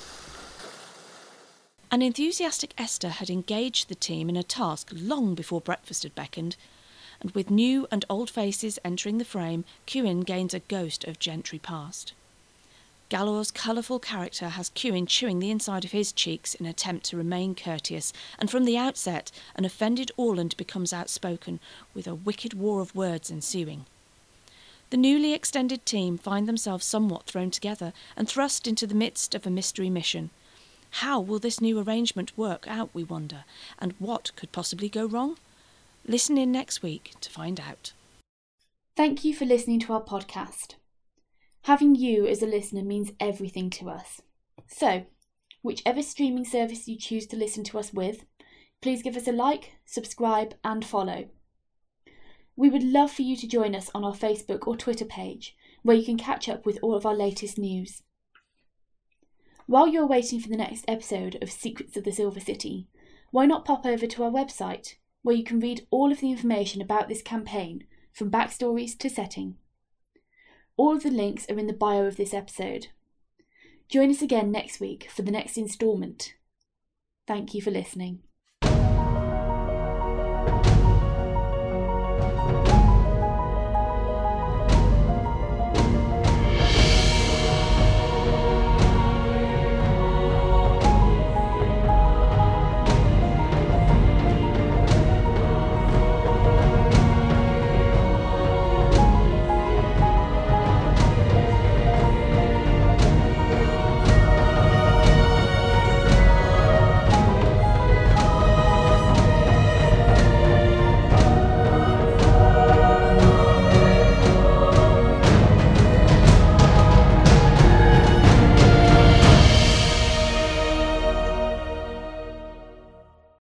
Speaker 2: An enthusiastic Esther had engaged the team in a task long before breakfast had beckoned, and with new and old faces entering the frame, Kewin gains a ghost of gentry past. Galaor's colourful character has Kewin chewing the inside of his cheeks in attempt to remain courteous, and from the outset, an offended Orland becomes outspoken, with a wicked war of words ensuing. The newly extended team find themselves somewhat thrown together and thrust into the midst of a mystery mission. How will this new arrangement work out, we wonder, and what could possibly go wrong? Listen in next week to find out.
Speaker 9: Thank you for listening to our podcast. Having you as a listener means everything to us. So, whichever streaming service you choose to listen to us with, please give us a like, subscribe, and follow. We would love for you to join us on our Facebook or Twitter page, where you can catch up with all of our latest news. While you're waiting for the next episode of Secrets of the Silver City, why not pop over to our website, where you can read all of the information about this campaign, from backstories to setting. All of the links are in the bio of this episode. Join us again next week for the next instalment. Thank you for listening.